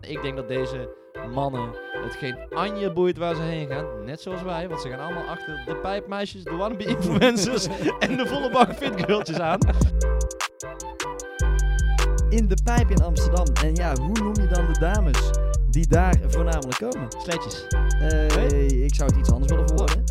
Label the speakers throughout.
Speaker 1: ik denk dat deze mannen het geen anje boeit waar ze heen gaan. Net zoals wij, want ze gaan allemaal achter de pijpmeisjes, de wannabe-influencers en de volle bak fitgirltjes aan.
Speaker 2: In de pijp in Amsterdam. En ja, hoe noem je dan de dames die daar voornamelijk komen?
Speaker 1: Sletjes.
Speaker 2: Eh, Ik zou het iets anders willen verwoorden.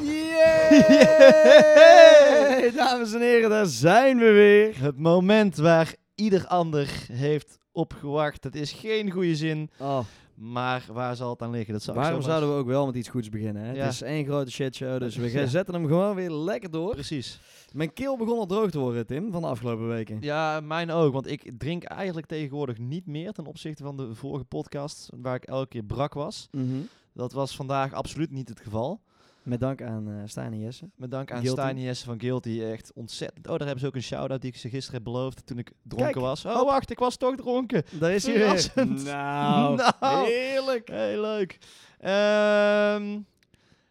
Speaker 2: Yay! Dames en heren, daar zijn we weer.
Speaker 1: Het moment waar ieder ander heeft opgewacht, dat is geen goede zin.
Speaker 2: Oh,
Speaker 1: Maar waar zal het aan liggen? Dat zou ik
Speaker 2: waarom
Speaker 1: zomaar-
Speaker 2: zouden we ook wel met iets goeds beginnen? Hè?
Speaker 1: Ja.
Speaker 2: Het is één grote shitshow, dus we
Speaker 1: Ja.
Speaker 2: zetten hem gewoon weer lekker door.
Speaker 1: Precies.
Speaker 2: Mijn keel begon al droog te worden, Tim, van de afgelopen weken.
Speaker 1: Ja, mijn ook. Want ik drink eigenlijk tegenwoordig niet meer ten opzichte van de vorige podcast, waar ik elke keer brak was.
Speaker 2: Mhm.
Speaker 1: Dat was vandaag absoluut niet het geval.
Speaker 2: Met dank aan eh Stijn en Jesse.
Speaker 1: Met dank aan
Speaker 2: Guilty.
Speaker 1: Stijn en Jesse van Guilty. Echt ontzettend. Oh, daar hebben ze ook een shout-out die ik ze gisteren heb beloofd toen ik dronken
Speaker 2: Kijk,
Speaker 1: was. Oh, wacht, ik was toch dronken.
Speaker 2: Daar is hij weer.
Speaker 1: Verrassend.
Speaker 2: Nou,
Speaker 1: Nou.
Speaker 2: heerlijk.
Speaker 1: Heel leuk. Ehm,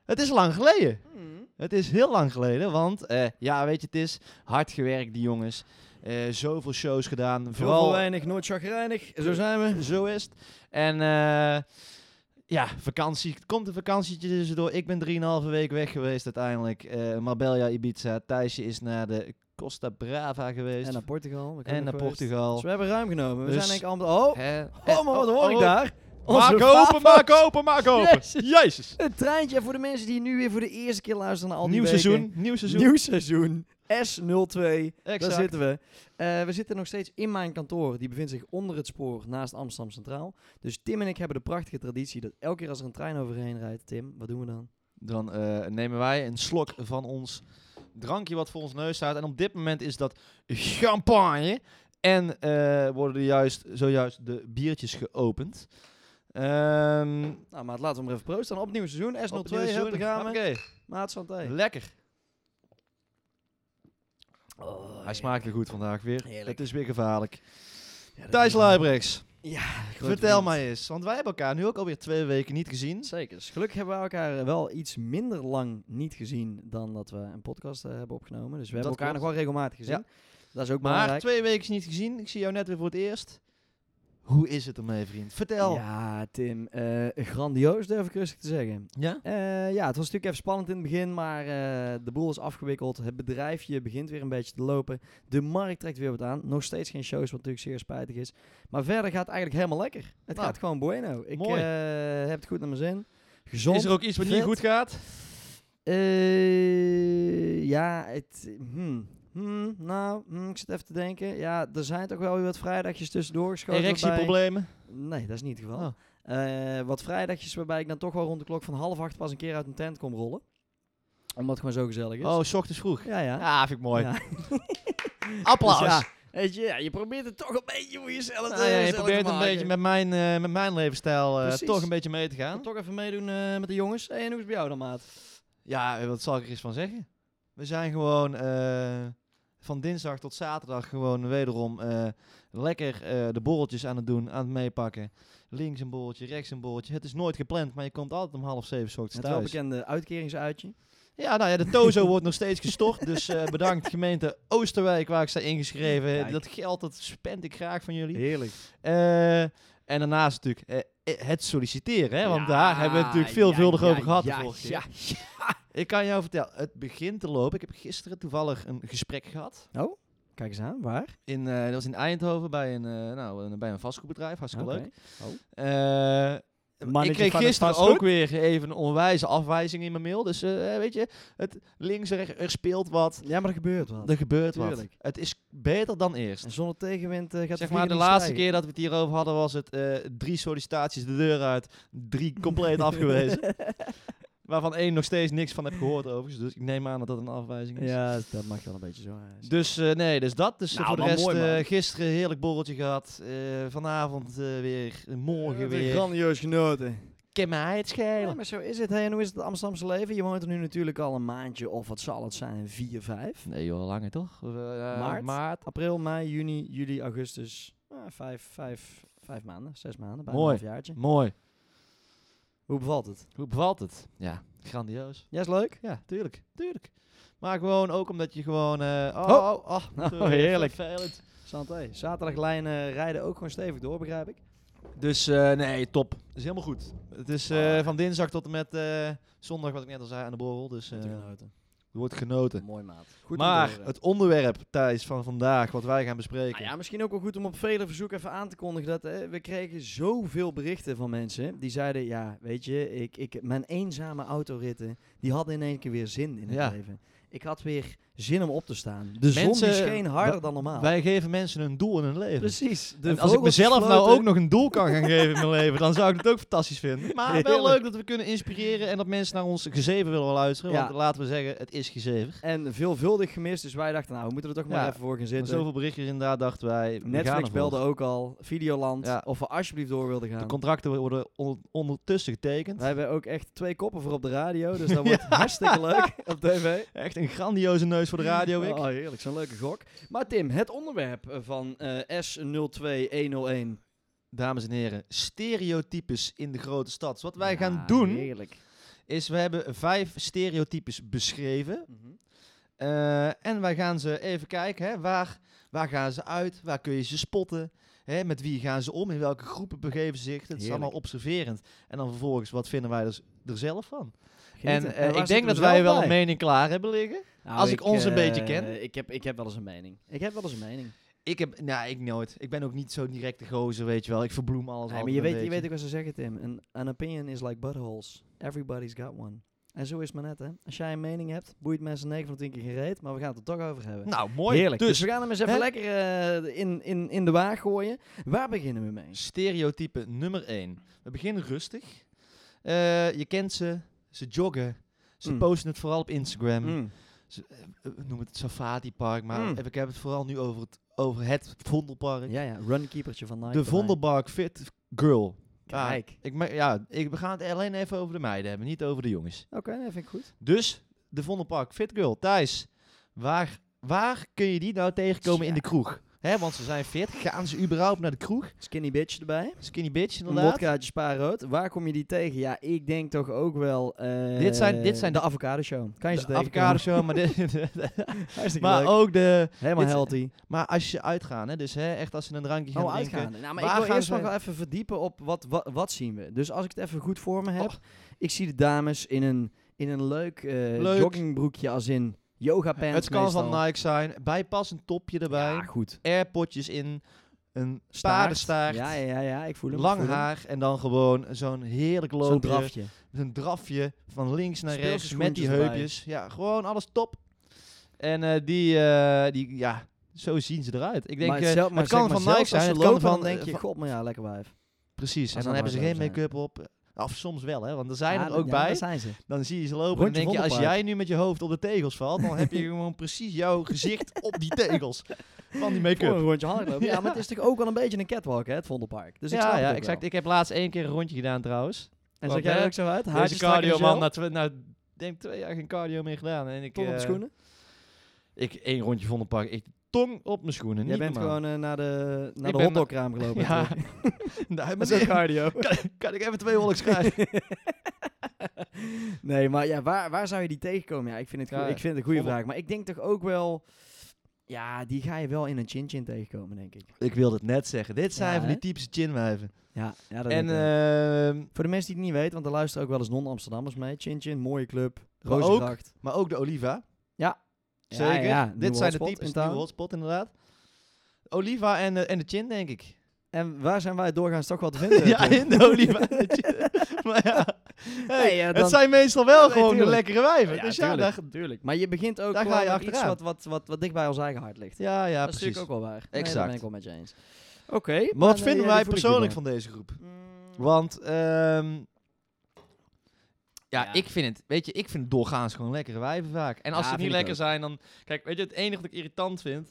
Speaker 1: het is lang geleden.
Speaker 2: hmm.
Speaker 1: Het is heel lang geleden, want eh, ja, weet je, het is hard gewerkt, die jongens. Eh, zoveel shows gedaan.
Speaker 2: Vooral
Speaker 1: Vooral
Speaker 2: weinig, nooit chagrijnig. Zo zijn we.
Speaker 1: Zo is het. En eh, ja, vakantie. Het komt een vakantietje tussendoor. Ik ben 3,5 week weg geweest uiteindelijk. Eh Marbella, Ibiza. Thijsje is naar de Costa Brava geweest.
Speaker 2: En naar Portugal. we
Speaker 1: En
Speaker 2: kunnen
Speaker 1: naar
Speaker 2: nog wel eens.
Speaker 1: Portugal.
Speaker 2: Dus we hebben ruim genomen. We
Speaker 1: Dus-
Speaker 2: zijn denk ik allemaal... Oh,
Speaker 1: Hè?
Speaker 2: oh, maar wat hoor ik
Speaker 1: oh.
Speaker 2: daar? Onze
Speaker 1: Maak open,
Speaker 2: vader.
Speaker 1: maak open, maak open.
Speaker 2: Jezus.
Speaker 1: Jezus.
Speaker 2: Het treintje. En Voor de mensen die nu weer voor de eerste keer luisteren naar al die
Speaker 1: Nieuw
Speaker 2: weken.
Speaker 1: seizoen, nieuw seizoen.
Speaker 2: Nieuw seizoen. S02.
Speaker 1: Exact.
Speaker 2: Daar zitten we. Eh, we zitten nog steeds in mijn kantoor. Die bevindt zich onder het spoor naast Amsterdam Centraal. Dus Tim en ik hebben de prachtige traditie dat elke keer als er een trein overheen rijdt, Tim, wat doen we dan?
Speaker 1: Dan eh, nemen wij een slok van ons drankje wat voor ons neus staat. En op dit moment is dat champagne. En eh, worden er juist, zojuist de biertjes geopend. Ehm
Speaker 2: Nou, maat, laten we maar even proosten. Dan opnieuw seizoen. S02,
Speaker 1: Opnieuw
Speaker 2: hup,
Speaker 1: seizoen.
Speaker 2: daar gaan we.
Speaker 1: Hoppakee.
Speaker 2: Maat, santé.
Speaker 1: Lekker. Hij
Speaker 2: heerlijk.
Speaker 1: smaakte goed vandaag weer.
Speaker 2: Heerlijk.
Speaker 1: Het is weer gevaarlijk.
Speaker 2: Ja, dat
Speaker 1: Thijs
Speaker 2: doen we.
Speaker 1: Leibrechts,
Speaker 2: Grote
Speaker 1: vertel
Speaker 2: vriend.
Speaker 1: mij eens. Want wij hebben elkaar nu ook alweer twee weken niet gezien.
Speaker 2: Zeker. Dus gelukkig hebben we elkaar wel iets minder lang niet gezien dan dat we een podcast eh, hebben opgenomen. Dus we hebben
Speaker 1: Dat
Speaker 2: elkaar
Speaker 1: klopt.
Speaker 2: nog wel regelmatig gezien. Dat is ook
Speaker 1: Maar
Speaker 2: belangrijk.
Speaker 1: twee weken niet gezien. Ik zie jou net weer voor het eerst. Hoe is het ermee, vriend? Vertel.
Speaker 2: Ja, Tim. eh, grandioos durf ik rustig te zeggen.
Speaker 1: Ja?
Speaker 2: Eh, ja, het was natuurlijk even spannend in het begin, maar eh, de boel is afgewikkeld. Het bedrijfje begint weer een beetje te lopen. De markt trekt weer wat aan. Nog steeds geen shows, wat natuurlijk zeer spijtig is. Maar verder gaat het eigenlijk helemaal lekker. Het
Speaker 1: Nou,
Speaker 2: gaat gewoon bueno. Ik
Speaker 1: mooi.
Speaker 2: eh, heb het goed naar mijn zin. Gezond.
Speaker 1: Is er ook iets wat niet
Speaker 2: vet.
Speaker 1: goed gaat?
Speaker 2: Eh, ja, het... hmm. Hmm, nou, hmm, ik zit even te denken. Ja, er zijn toch wel weer wat vrijdagjes tussendoor geschoten. waarbij-
Speaker 1: Erectieproblemen?
Speaker 2: Nee, dat is niet het geval.
Speaker 1: Oh.
Speaker 2: Eh, wat vrijdagjes waarbij ik dan toch wel rond de klok van half acht pas een keer uit een tent kom rollen. Omdat het gewoon zo gezellig is.
Speaker 1: Oh, s ochtends vroeg.
Speaker 2: Ja, ja.
Speaker 1: Ah, vind ik mooi.
Speaker 2: Ja.
Speaker 1: Applaus.
Speaker 2: Dus ja, weet je, ja, je probeert het toch een beetje voor jezelf
Speaker 1: Ah,
Speaker 2: te
Speaker 1: ja, je
Speaker 2: jezelf te
Speaker 1: probeert een
Speaker 2: maken.
Speaker 1: beetje met mijn, eh, met mijn levensstijl eh,
Speaker 2: Precies.
Speaker 1: toch een beetje mee te gaan.
Speaker 2: Toch even meedoen eh, met de jongens. Hey, en hoe is het bij jou dan, maat?
Speaker 1: Ja, eh, wat zal ik er eens van zeggen? We zijn gewoon eh, van dinsdag tot zaterdag gewoon wederom eh, lekker eh, de borreltjes aan het doen, aan het meepakken. Links een borreltje, rechts een borreltje. Het is nooit gepland, maar je komt altijd om half zeven 's ochtends
Speaker 2: Het wel
Speaker 1: thuis.
Speaker 2: bekende uitkeringsuitje.
Speaker 1: Ja, nou ja, de Tozo wordt nog steeds gestort. Dus eh, bedankt gemeente Oosterwijk waar ik sta ingeschreven.
Speaker 2: Kijk.
Speaker 1: Dat geld, dat spend ik graag van jullie.
Speaker 2: Heerlijk.
Speaker 1: Eh, en daarnaast natuurlijk eh, eh, het solliciteren, hè, want daar hebben we het natuurlijk veelvuldig over gehad de vorige keer. Ik kan jou vertellen, het begint te lopen. Ik heb gisteren toevallig een gesprek gehad.
Speaker 2: Kijk eens aan, waar?
Speaker 1: In, eh, dat was in Eindhoven bij een, eh, nou, een- bij een vastgoedbedrijf, hartstikke
Speaker 2: Oké.
Speaker 1: leuk.
Speaker 2: Oh.
Speaker 1: Eh, ik
Speaker 2: Mannetje
Speaker 1: kreeg
Speaker 2: van het
Speaker 1: gisteren
Speaker 2: vastgoed?
Speaker 1: ook weer even een onwijze afwijzing in mijn mail. Dus eh, weet je, het links en rechts, er speelt wat,
Speaker 2: Ja, maar er gebeurt wat.
Speaker 1: er gebeurt wat.
Speaker 2: Tuurlijk.
Speaker 1: Het is beter dan eerst.
Speaker 2: En zonder tegenwind eh, gaat
Speaker 1: Zeg
Speaker 2: de
Speaker 1: maar,
Speaker 2: vlieger
Speaker 1: de
Speaker 2: niet
Speaker 1: laatste
Speaker 2: stijgen.
Speaker 1: keer dat we het hierover hadden was het eh, drie sollicitaties de deur uit, drie compleet afgewezen. Waarvan één nog steeds niks van heb gehoord overigens, dus ik neem aan dat dat een afwijzing is.
Speaker 2: Ja, dat mag wel een beetje zo. eh,
Speaker 1: Dus eh, nee, dus dat. Dus eh,
Speaker 2: Nou,
Speaker 1: voor de
Speaker 2: maar
Speaker 1: rest
Speaker 2: mooi,
Speaker 1: eh,
Speaker 2: man.
Speaker 1: gisteren heerlijk borreltje gehad. eh, vanavond eh, weer, eh, morgen
Speaker 2: Ja,
Speaker 1: weer.
Speaker 2: Grandioos genoten.
Speaker 1: Ken mij het
Speaker 2: Ja,
Speaker 1: schelen.
Speaker 2: maar zo is het. Hey, en hoe is het Amsterdamse leven? Je woont er nu natuurlijk al een maandje of wat zal het zijn? 4, 5?
Speaker 1: Nee joh, langer toch? Eh, eh,
Speaker 2: Maart? April, mei, juni, juli, augustus. Ah, vijf, vijf, vijf maanden, zes maanden, bijna
Speaker 1: Mooi.
Speaker 2: een halfjaartje.
Speaker 1: Mooi.
Speaker 2: Hoe bevalt het?
Speaker 1: Hoe bevalt het? Ja, grandioos.
Speaker 2: Ja, is leuk.
Speaker 1: Ja, tuurlijk, tuurlijk. Maar gewoon ook omdat je gewoon... eh, oh,
Speaker 2: Oh.
Speaker 1: oh, oh,
Speaker 2: Nou,
Speaker 1: eh,
Speaker 2: heerlijk.
Speaker 1: vervelend.
Speaker 2: Santé. Zaterdaglijnen rijden ook gewoon stevig door, begrijp ik.
Speaker 1: Dus eh, nee, top. is helemaal goed. Het is eh, van dinsdag tot en met eh, zondag, wat ik net al zei, aan de borrel. Dus eh,
Speaker 2: Moet je
Speaker 1: er
Speaker 2: genoten.
Speaker 1: wordt genoten.
Speaker 2: Mooi maat. Goed om te
Speaker 1: Eh, maar
Speaker 2: horen.
Speaker 1: het onderwerp, Thijs, van vandaag, wat wij gaan bespreken.
Speaker 2: Nou ja, misschien ook wel goed om op vele verzoek even aan te kondigen dat hè, we kregen zoveel berichten van mensen die zeiden, ja, weet je, ik, ik, mijn eenzame autoritten, die hadden in één keer weer zin in het
Speaker 1: Ja.
Speaker 2: leven. Ik had weer zin om op te staan. De zon
Speaker 1: Mensen,
Speaker 2: die scheen harder
Speaker 1: wa-
Speaker 2: dan normaal.
Speaker 1: Wij geven mensen een doel in hun leven.
Speaker 2: Precies. De
Speaker 1: en als ik
Speaker 2: vogels
Speaker 1: mezelf nou
Speaker 2: floten.
Speaker 1: ook nog een doel kan gaan geven in mijn leven, dan zou ik het ook fantastisch vinden. Maar wel
Speaker 2: Heerlijk.
Speaker 1: leuk dat we kunnen inspireren en dat mensen naar ons gezeven willen luisteren.
Speaker 2: Ja.
Speaker 1: Want laten we zeggen, het is gezeven.
Speaker 2: En veelvuldig gemist, dus wij dachten, nou, we moeten er toch maar
Speaker 1: Ja,
Speaker 2: even voor gaan
Speaker 1: Met
Speaker 2: zitten.
Speaker 1: zoveel berichtjes inderdaad dachten wij, we gaan
Speaker 2: Netflix
Speaker 1: ervoor.
Speaker 2: belde ook al, Videoland,
Speaker 1: Ja.
Speaker 2: of we alsjeblieft door wilden
Speaker 1: De
Speaker 2: gaan.
Speaker 1: contracten worden on- ondertussen getekend.
Speaker 2: Wij hebben ook echt twee koppen voor op de radio, dus dat wordt hartstikke leuk op tv.
Speaker 1: Echt een grandioze neus voor de radio, ik.
Speaker 2: Oh, heerlijk. Zo'n leuke gok. Maar Tim, het onderwerp eh, van eh S02101.
Speaker 1: Dames en heren, stereotypes in de grote stad. Dus wat wij gaan doen,
Speaker 2: Heerlijk.
Speaker 1: is we hebben vijf stereotypes beschreven.
Speaker 2: Mhm.
Speaker 1: Eh, en wij gaan ze even kijken, hè, waar, waar gaan ze uit? Waar kun je ze spotten? Hè, met wie gaan ze om? In welke groepen begeven ze zich? Het is
Speaker 2: Heerlijk.
Speaker 1: allemaal observerend. En dan vervolgens, wat vinden wij dus er zelf van? En
Speaker 2: Genieten.
Speaker 1: eh,
Speaker 2: waar
Speaker 1: ik
Speaker 2: zitten
Speaker 1: denk
Speaker 2: we
Speaker 1: dat
Speaker 2: zelf
Speaker 1: wij wel
Speaker 2: bij?
Speaker 1: een mening klaar hebben liggen.
Speaker 2: Nou,
Speaker 1: als ik ons een beetje
Speaker 2: eh,
Speaker 1: ken.
Speaker 2: Ik heb, ik heb wel eens een mening. Ik heb wel eens een mening.
Speaker 1: Ik heb, nou, ik nooit. Ik ben ook niet zo direct de gozer, weet je wel. Ik verbloem alles.
Speaker 2: Nee, maar
Speaker 1: altijd
Speaker 2: je
Speaker 1: een
Speaker 2: weet, je
Speaker 1: beetje.
Speaker 2: weet ook wat ze zeggen, Tim. An, an opinion is like buttholes. Everybody's got one. En zo is het maar net, hè. Als jij een mening hebt, boeit mensen 9 van 10 keer gereed, maar we gaan het er toch over hebben.
Speaker 1: Nou, mooi.
Speaker 2: Heerlijk. Dus,
Speaker 1: Dus
Speaker 2: we gaan hem eens even
Speaker 1: hè?
Speaker 2: lekker eh, in, in, in de waag gooien. Waar beginnen we mee?
Speaker 1: stereotype nummer 1. We beginnen rustig. Eh, je kent ze. Ze joggen. Ze
Speaker 2: Mm.
Speaker 1: posten het vooral op Instagram.
Speaker 2: Mm.
Speaker 1: Ze, eh, eh, noem het Safati Park, maar
Speaker 2: Mm.
Speaker 1: ik heb het vooral nu over het, over het Vondelpark.
Speaker 2: Ja, ja. Runkeepertje van Nike.
Speaker 1: de
Speaker 2: erbij.
Speaker 1: Vondelpark Fit Girl. Ja,
Speaker 2: Kijk.
Speaker 1: ik, me- ja, ik, we gaan het alleen even over de meiden hebben, niet over de jongens.
Speaker 2: Oké, dat vind ik goed.
Speaker 1: Dus, de Vondelpark Fit Girl. Thijs, waar, waar kun je die nou tegenkomen in
Speaker 2: Tja.
Speaker 1: de kroeg? Hè, want ze zijn fit. Gaan ze überhaupt naar de kroeg?
Speaker 2: Skinny bitch erbij.
Speaker 1: Skinny bitch,
Speaker 2: Een
Speaker 1: inderdaad.
Speaker 2: wodkaatje spaarrood. Waar kom je die tegen? Ja, ik denk toch ook wel... eh,
Speaker 1: Dit zijn- dit zijn
Speaker 2: de avocado show. Kan je ze
Speaker 1: de
Speaker 2: tegenkomen?
Speaker 1: avocado show, maar, dit,
Speaker 2: Hartstikke
Speaker 1: maar
Speaker 2: leuk.
Speaker 1: ook de...
Speaker 2: Helemaal
Speaker 1: dit-
Speaker 2: healthy.
Speaker 1: Maar als je uitgaan, hè, dus hè, echt als ze een drankje gaan
Speaker 2: Oh,
Speaker 1: drinken.
Speaker 2: uitgaan. Nou, maar
Speaker 1: Waar
Speaker 2: ik wil
Speaker 1: gaan
Speaker 2: eerst
Speaker 1: ze-
Speaker 2: nog wel even verdiepen op wat, wat, wat zien we. Dus als ik het even goed voor me heb.
Speaker 1: Och.
Speaker 2: Ik zie de dames in een, in een leuk, eh,
Speaker 1: Leuk.
Speaker 2: joggingbroekje als in yoga pants
Speaker 1: Het kan van
Speaker 2: meestal.
Speaker 1: Nike zijn, bijpassend topje erbij,
Speaker 2: Ja, goed.
Speaker 1: airpotjes in, een
Speaker 2: Staart.
Speaker 1: paardenstaart,
Speaker 2: Ja, ja, ja. Ik voel hem. ik
Speaker 1: lang
Speaker 2: voel hem.
Speaker 1: haar en dan gewoon zo'n heerlijk
Speaker 2: Zo'n
Speaker 1: loopje,
Speaker 2: drafje.
Speaker 1: een drafje van links naar
Speaker 2: Speelse
Speaker 1: rechts met die
Speaker 2: schoentjes erbij.
Speaker 1: heupjes. Ja, gewoon alles top. En eh, die, eh, die, ja, zo zien ze eruit. Ik denk,
Speaker 2: maar
Speaker 1: eh,
Speaker 2: zelf- maar
Speaker 1: het kan
Speaker 2: zeg maar
Speaker 1: van
Speaker 2: zelfs
Speaker 1: Nike zijn,
Speaker 2: als ze
Speaker 1: het kan
Speaker 2: lopen,
Speaker 1: van,
Speaker 2: dan denk
Speaker 1: eh,
Speaker 2: je, god, maar ja, lekker wijf.
Speaker 1: precies. En
Speaker 2: Als
Speaker 1: dan
Speaker 2: dat
Speaker 1: hebben ze
Speaker 2: nou
Speaker 1: geen
Speaker 2: zo zijn.
Speaker 1: make-up op. Of soms wel, hè, want er zijn
Speaker 2: Ja,
Speaker 1: er ook
Speaker 2: ja,
Speaker 1: bij.
Speaker 2: daar zijn ze.
Speaker 1: Dan zie je ze lopen en
Speaker 2: Rondje
Speaker 1: denk je, als
Speaker 2: Vondelpark.
Speaker 1: jij nu met je hoofd op de tegels valt, dan heb je gewoon precies jouw gezicht op die tegels van die
Speaker 2: Voor
Speaker 1: make-up.
Speaker 2: een rondje hardlopen. ja.
Speaker 1: Ja.
Speaker 2: maar het is natuurlijk ook wel een beetje een catwalk, hè, het Vondelpark. Dus ik snap
Speaker 1: ja, ja
Speaker 2: het ook
Speaker 1: exact.
Speaker 2: wel.
Speaker 1: Ik heb laatst één keer een rondje gedaan trouwens.
Speaker 2: En zag
Speaker 1: Want,
Speaker 2: jij
Speaker 1: hè,
Speaker 2: er ook zo uit?
Speaker 1: Deze
Speaker 2: Haartjes
Speaker 1: cardio man,
Speaker 2: man
Speaker 1: na, twe- na nou, denk twee jaar geen cardio meer gedaan. En ik,
Speaker 2: tot op de
Speaker 1: eh,
Speaker 2: schoenen.
Speaker 1: Ik één rondje Vondelpark, ik tong op mijn schoenen.
Speaker 2: Jij
Speaker 1: niet
Speaker 2: bent
Speaker 1: normaal.
Speaker 2: gewoon eh, naar de, naar
Speaker 1: Ik
Speaker 2: de
Speaker 1: ben-
Speaker 2: hotdogkraam gelopen.
Speaker 1: Ja.
Speaker 2: natuurlijk.
Speaker 1: Nou,
Speaker 2: Met
Speaker 1: maar
Speaker 2: zo'n
Speaker 1: kan,
Speaker 2: cardio.
Speaker 1: kan ik even twee holks krijgen?
Speaker 2: nee, maar ja, waar, waar zou je die tegenkomen? Ja, ik vind het,
Speaker 1: Ja,
Speaker 2: goe- ik vind het een goede
Speaker 1: Vondel-
Speaker 2: vraag. Maar ik denk toch ook wel... Ja, die ga je wel in een chin-chin tegenkomen, denk ik.
Speaker 1: ik wilde het net zeggen. Dit zijn
Speaker 2: Ja,
Speaker 1: van
Speaker 2: hè?
Speaker 1: die typische chinwijven.
Speaker 2: Ja, ja dat
Speaker 1: En
Speaker 2: denk ik wel.
Speaker 1: ehm,
Speaker 2: Voor de mensen die het niet weten, want er luisteren ook wel eens non-Amsterdammers mee. Chin-chin, mooie club,
Speaker 1: Maar ook-
Speaker 2: rozengracht.
Speaker 1: maar ook de Oliva.
Speaker 2: Ja,
Speaker 1: Zeker.
Speaker 2: ja, nieuwe
Speaker 1: Dit zijn de
Speaker 2: hotspot
Speaker 1: types,
Speaker 2: in
Speaker 1: nieuwe
Speaker 2: town.
Speaker 1: hotspot inderdaad. Oliva en, eh, en de chin, denk ik.
Speaker 2: En waar zijn wij doorgaans toch wel te vinden?
Speaker 1: ja,
Speaker 2: Tom?
Speaker 1: in de Oliva en de chin. maar ja, hey,
Speaker 2: Nee, ja, dan-
Speaker 1: het zijn meestal wel
Speaker 2: Nee,
Speaker 1: gewoon de
Speaker 2: tuurlijk.
Speaker 1: lekkere wijven.
Speaker 2: Ja,
Speaker 1: dus ja,
Speaker 2: tuurlijk,
Speaker 1: daar,
Speaker 2: tuurlijk. Maar je begint ook
Speaker 1: Daar ga
Speaker 2: gewoon
Speaker 1: je
Speaker 2: met iets
Speaker 1: achteraan.
Speaker 2: wat, wat, wat, wat dicht bij ons eigen hart ligt.
Speaker 1: ja, ja,
Speaker 2: dat is
Speaker 1: precies.
Speaker 2: natuurlijk ook wel waar. Nee,
Speaker 1: Exact.
Speaker 2: daar ben ik wel met je eens. Oké.
Speaker 1: Maar eh, wat vinden wij persoonlijk van deze groep? Want, ehm, ja,
Speaker 2: Ja.
Speaker 1: ik vind het, weet je, ik vind het doorgaans gewoon lekkere wijven vaak. En als
Speaker 2: Ja,
Speaker 1: ze niet
Speaker 2: vind ik
Speaker 1: lekker zijn, dan, kijk, weet je, het enige wat ik irritant vind,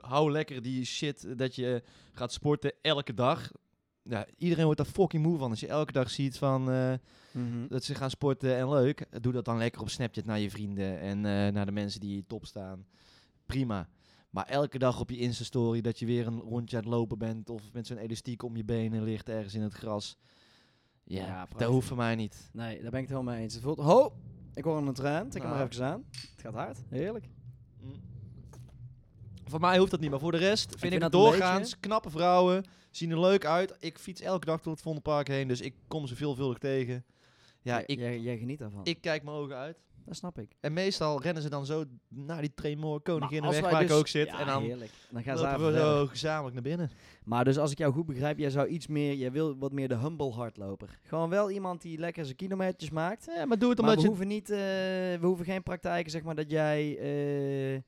Speaker 1: hou lekker die shit eh, dat je gaat sporten elke dag. Ja, iedereen wordt daar fucking moe van. Als je elke dag ziet van, eh, dat ze gaan sporten en leuk, doe dat dan lekker op Snapchat naar je vrienden en eh, naar de mensen die top staan. Prima. Maar elke dag op je Insta-story dat je weer een rondje aan het lopen bent of met zo'n elastiek om je benen ligt ergens in het gras. Ja,
Speaker 2: Ja,
Speaker 1: dat
Speaker 2: prachtig.
Speaker 1: hoeft voor mij niet.
Speaker 2: Nee, daar ben ik het helemaal mee eens. Het voelt... Ho! Ik hoor een traan. Tik hem
Speaker 1: Nou.
Speaker 2: maar even aan. Het gaat hard. Heerlijk.
Speaker 1: Voor mij hoeft dat niet, maar voor de rest vind ik,
Speaker 2: vind
Speaker 1: het
Speaker 2: dat een
Speaker 1: doorgaans
Speaker 2: beetje-
Speaker 1: knappe vrouwen. Zien er leuk uit. Ik fiets elke dag door het Vondelpark heen, dus ik kom ze veelvuldig tegen. Ja, ik,
Speaker 2: jij, jij geniet daarvan.
Speaker 1: ik kijk mijn ogen uit.
Speaker 2: dat snap ik.
Speaker 1: En meestal rennen ze dan zo naar die Tremor Koningin
Speaker 2: Maar als
Speaker 1: weg
Speaker 2: wij
Speaker 1: waar ik
Speaker 2: dus-
Speaker 1: ook zit.
Speaker 2: Ja,
Speaker 1: en dan
Speaker 2: heerlijk. Dan gaan ze daar
Speaker 1: lopen we
Speaker 2: verder.
Speaker 1: zo gezamenlijk naar binnen.
Speaker 2: Maar dus als ik jou goed begrijp, jij zou iets meer, jij wil wat meer de humble hardloper. Gewoon wel iemand die lekker zijn kilometertjes maakt.
Speaker 1: Ja, maar doe het
Speaker 2: maar
Speaker 1: omdat
Speaker 2: we
Speaker 1: je...
Speaker 2: hoeven niet, eh, we hoeven geen praktijken, zeg maar, dat jij eh,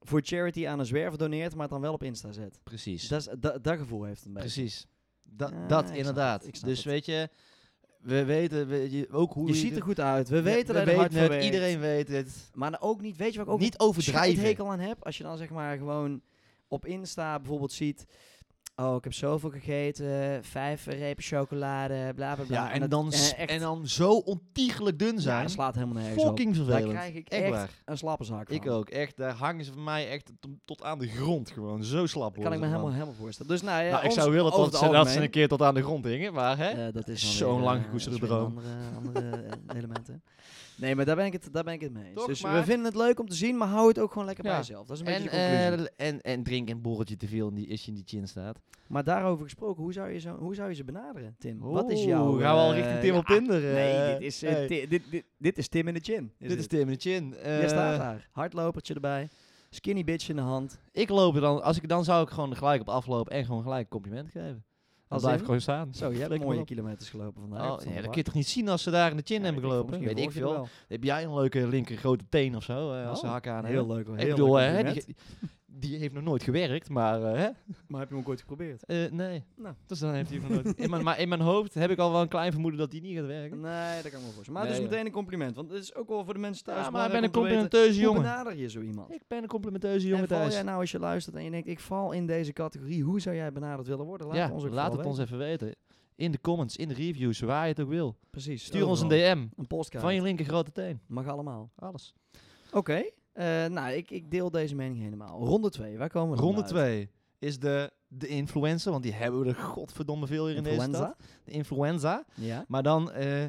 Speaker 2: voor charity aan een zwerver doneert, maar het dan wel op Insta zet.
Speaker 1: Precies.
Speaker 2: Dat, is, da- dat gevoel heeft het een beetje.
Speaker 1: Precies. Da-
Speaker 2: Ja, ik
Speaker 1: dat
Speaker 2: snap
Speaker 1: inderdaad.
Speaker 2: het, ik snap
Speaker 1: dus
Speaker 2: het.
Speaker 1: weet je, we weten we, je, ook hoe
Speaker 2: Je ziet er
Speaker 1: het-
Speaker 2: goed uit. We weten dat
Speaker 1: we
Speaker 2: je hard
Speaker 1: weten
Speaker 2: voor
Speaker 1: het.
Speaker 2: werkt.
Speaker 1: Iedereen weet het.
Speaker 2: Maar dan ook niet, weet je wat ik ook
Speaker 1: Niet
Speaker 2: een
Speaker 1: overdrijven.
Speaker 2: hekel aan heb? Als je dan zeg maar gewoon op Insta bijvoorbeeld ziet, oh ik heb zoveel gegeten, vijf repen chocolade, bla bla bla.
Speaker 1: Ja, en
Speaker 2: dat-
Speaker 1: dan, s-
Speaker 2: echt-
Speaker 1: en dan zo ontiegelijk dun
Speaker 2: Ja,
Speaker 1: zijn.
Speaker 2: dat slaat helemaal nergens op.
Speaker 1: Fucking
Speaker 2: Daar
Speaker 1: vervelend.
Speaker 2: krijg ik
Speaker 1: Echt
Speaker 2: echt
Speaker 1: waar.
Speaker 2: een slappe zak van.
Speaker 1: Ik ook. Echt, daar hangen ze van mij echt t- tot aan de grond gewoon. Zo slap
Speaker 2: Dat kan
Speaker 1: worden
Speaker 2: ik me
Speaker 1: ze
Speaker 2: helemaal,
Speaker 1: van.
Speaker 2: helemaal voorstellen. Dus nou ja,
Speaker 1: Nou, ik
Speaker 2: ons-
Speaker 1: zou willen
Speaker 2: over
Speaker 1: dat
Speaker 2: het
Speaker 1: ze, dat ze
Speaker 2: algemeen,
Speaker 1: een keer tot aan de grond hingen, maar hè?
Speaker 2: eh, dat is dan
Speaker 1: Zo'n
Speaker 2: weer,
Speaker 1: lang
Speaker 2: eh,
Speaker 1: gekoesterde
Speaker 2: dat is weer een
Speaker 1: droom.
Speaker 2: Andere, andere eh, elementen. Nee, maar daar ben ik het, daar ben ik het mee eens.
Speaker 1: Toch,
Speaker 2: dus we
Speaker 1: maar-
Speaker 2: vinden het leuk om te zien, maar hou het ook gewoon lekker
Speaker 1: Ja.
Speaker 2: bij jezelf. Dat is een beetje
Speaker 1: en,
Speaker 2: de conclusie.
Speaker 1: eh, en, en drink een borreltje te veel in die, als je in die chin staat.
Speaker 2: Maar daarover gesproken, hoe zou je, zo, hoe zou je ze benaderen, Tim? Wat is jouw...
Speaker 1: Oeh, Gaan we al
Speaker 2: eh,
Speaker 1: richting Tim
Speaker 2: ja,
Speaker 1: op Tinder?
Speaker 2: Nee,
Speaker 1: eh,
Speaker 2: dit is, eh,
Speaker 1: hey.
Speaker 2: Ti- dit, dit, dit is Tim in de gym.
Speaker 1: Dit is Tim in de chin.
Speaker 2: Jij staat
Speaker 1: Eh,
Speaker 2: daar. Hardlopertje erbij. Skinny bitch in de hand.
Speaker 1: Ik loop er dan, als ik dan zou ik gewoon er gelijk op aflopen en gewoon gelijk een compliment geven. Dan
Speaker 2: Als
Speaker 1: blijf
Speaker 2: in?
Speaker 1: ik gewoon staan.
Speaker 2: Zo, jij
Speaker 1: Flikker
Speaker 2: hebt mooie
Speaker 1: me op.
Speaker 2: kilometers gelopen vandaag.
Speaker 1: Oh, ja, dat kun je toch niet zien als ze daar in de chin hebben gelopen? Weet ik veel. Heb jij een leuke linker grote teen of zo? eh, als ze
Speaker 2: Oh,
Speaker 1: hakken aan
Speaker 2: Heel
Speaker 1: hebben?
Speaker 2: leuk. Heel
Speaker 1: Ik bedoel, eh, hè, die, die heeft nog nooit gewerkt, maar eh, hè?
Speaker 2: Maar heb je hem ook ooit geprobeerd?
Speaker 1: Eh, nee.
Speaker 2: Nou.
Speaker 1: Dus dan heeft hij van nooit. In mijn, maar in mijn hoofd heb ik al wel een klein vermoeden dat die niet gaat werken.
Speaker 2: Nee, dat kan ik me voorstellen. Maar
Speaker 1: Nee,
Speaker 2: dus
Speaker 1: joh.
Speaker 2: meteen een compliment. Want het is ook wel voor de mensen thuis
Speaker 1: ja, maar ik ben een
Speaker 2: belangrijk om te weten,
Speaker 1: complimenteuze jongen.
Speaker 2: Hoe benader je zo iemand?
Speaker 1: Ik ben een complimenteuze jongen
Speaker 2: en val
Speaker 1: thuis.
Speaker 2: jij nou als je luistert en je denkt, ik val in deze categorie. Hoe zou jij benaderd willen worden? Laat
Speaker 1: ja,
Speaker 2: het ons ook
Speaker 1: laat
Speaker 2: vooral
Speaker 1: het ons even weten. In de comments, in de reviews, waar je het ook wil.
Speaker 2: weten. Precies.
Speaker 1: Stuur ons een
Speaker 2: overal.
Speaker 1: DM.
Speaker 2: Een postkaart.
Speaker 1: Van je linker grote teen.
Speaker 2: Mag allemaal.
Speaker 1: Alles.
Speaker 2: Oké. eh, nou, ik, ik deel deze mening helemaal. Ronde 2, waar komen we dan
Speaker 1: Ronde
Speaker 2: uit?
Speaker 1: 2 is de, de influenza, want die hebben we er godverdomme veel hier in deze
Speaker 2: Influenza?
Speaker 1: stad. De influenza.
Speaker 2: Ja.
Speaker 1: Maar dan, eh,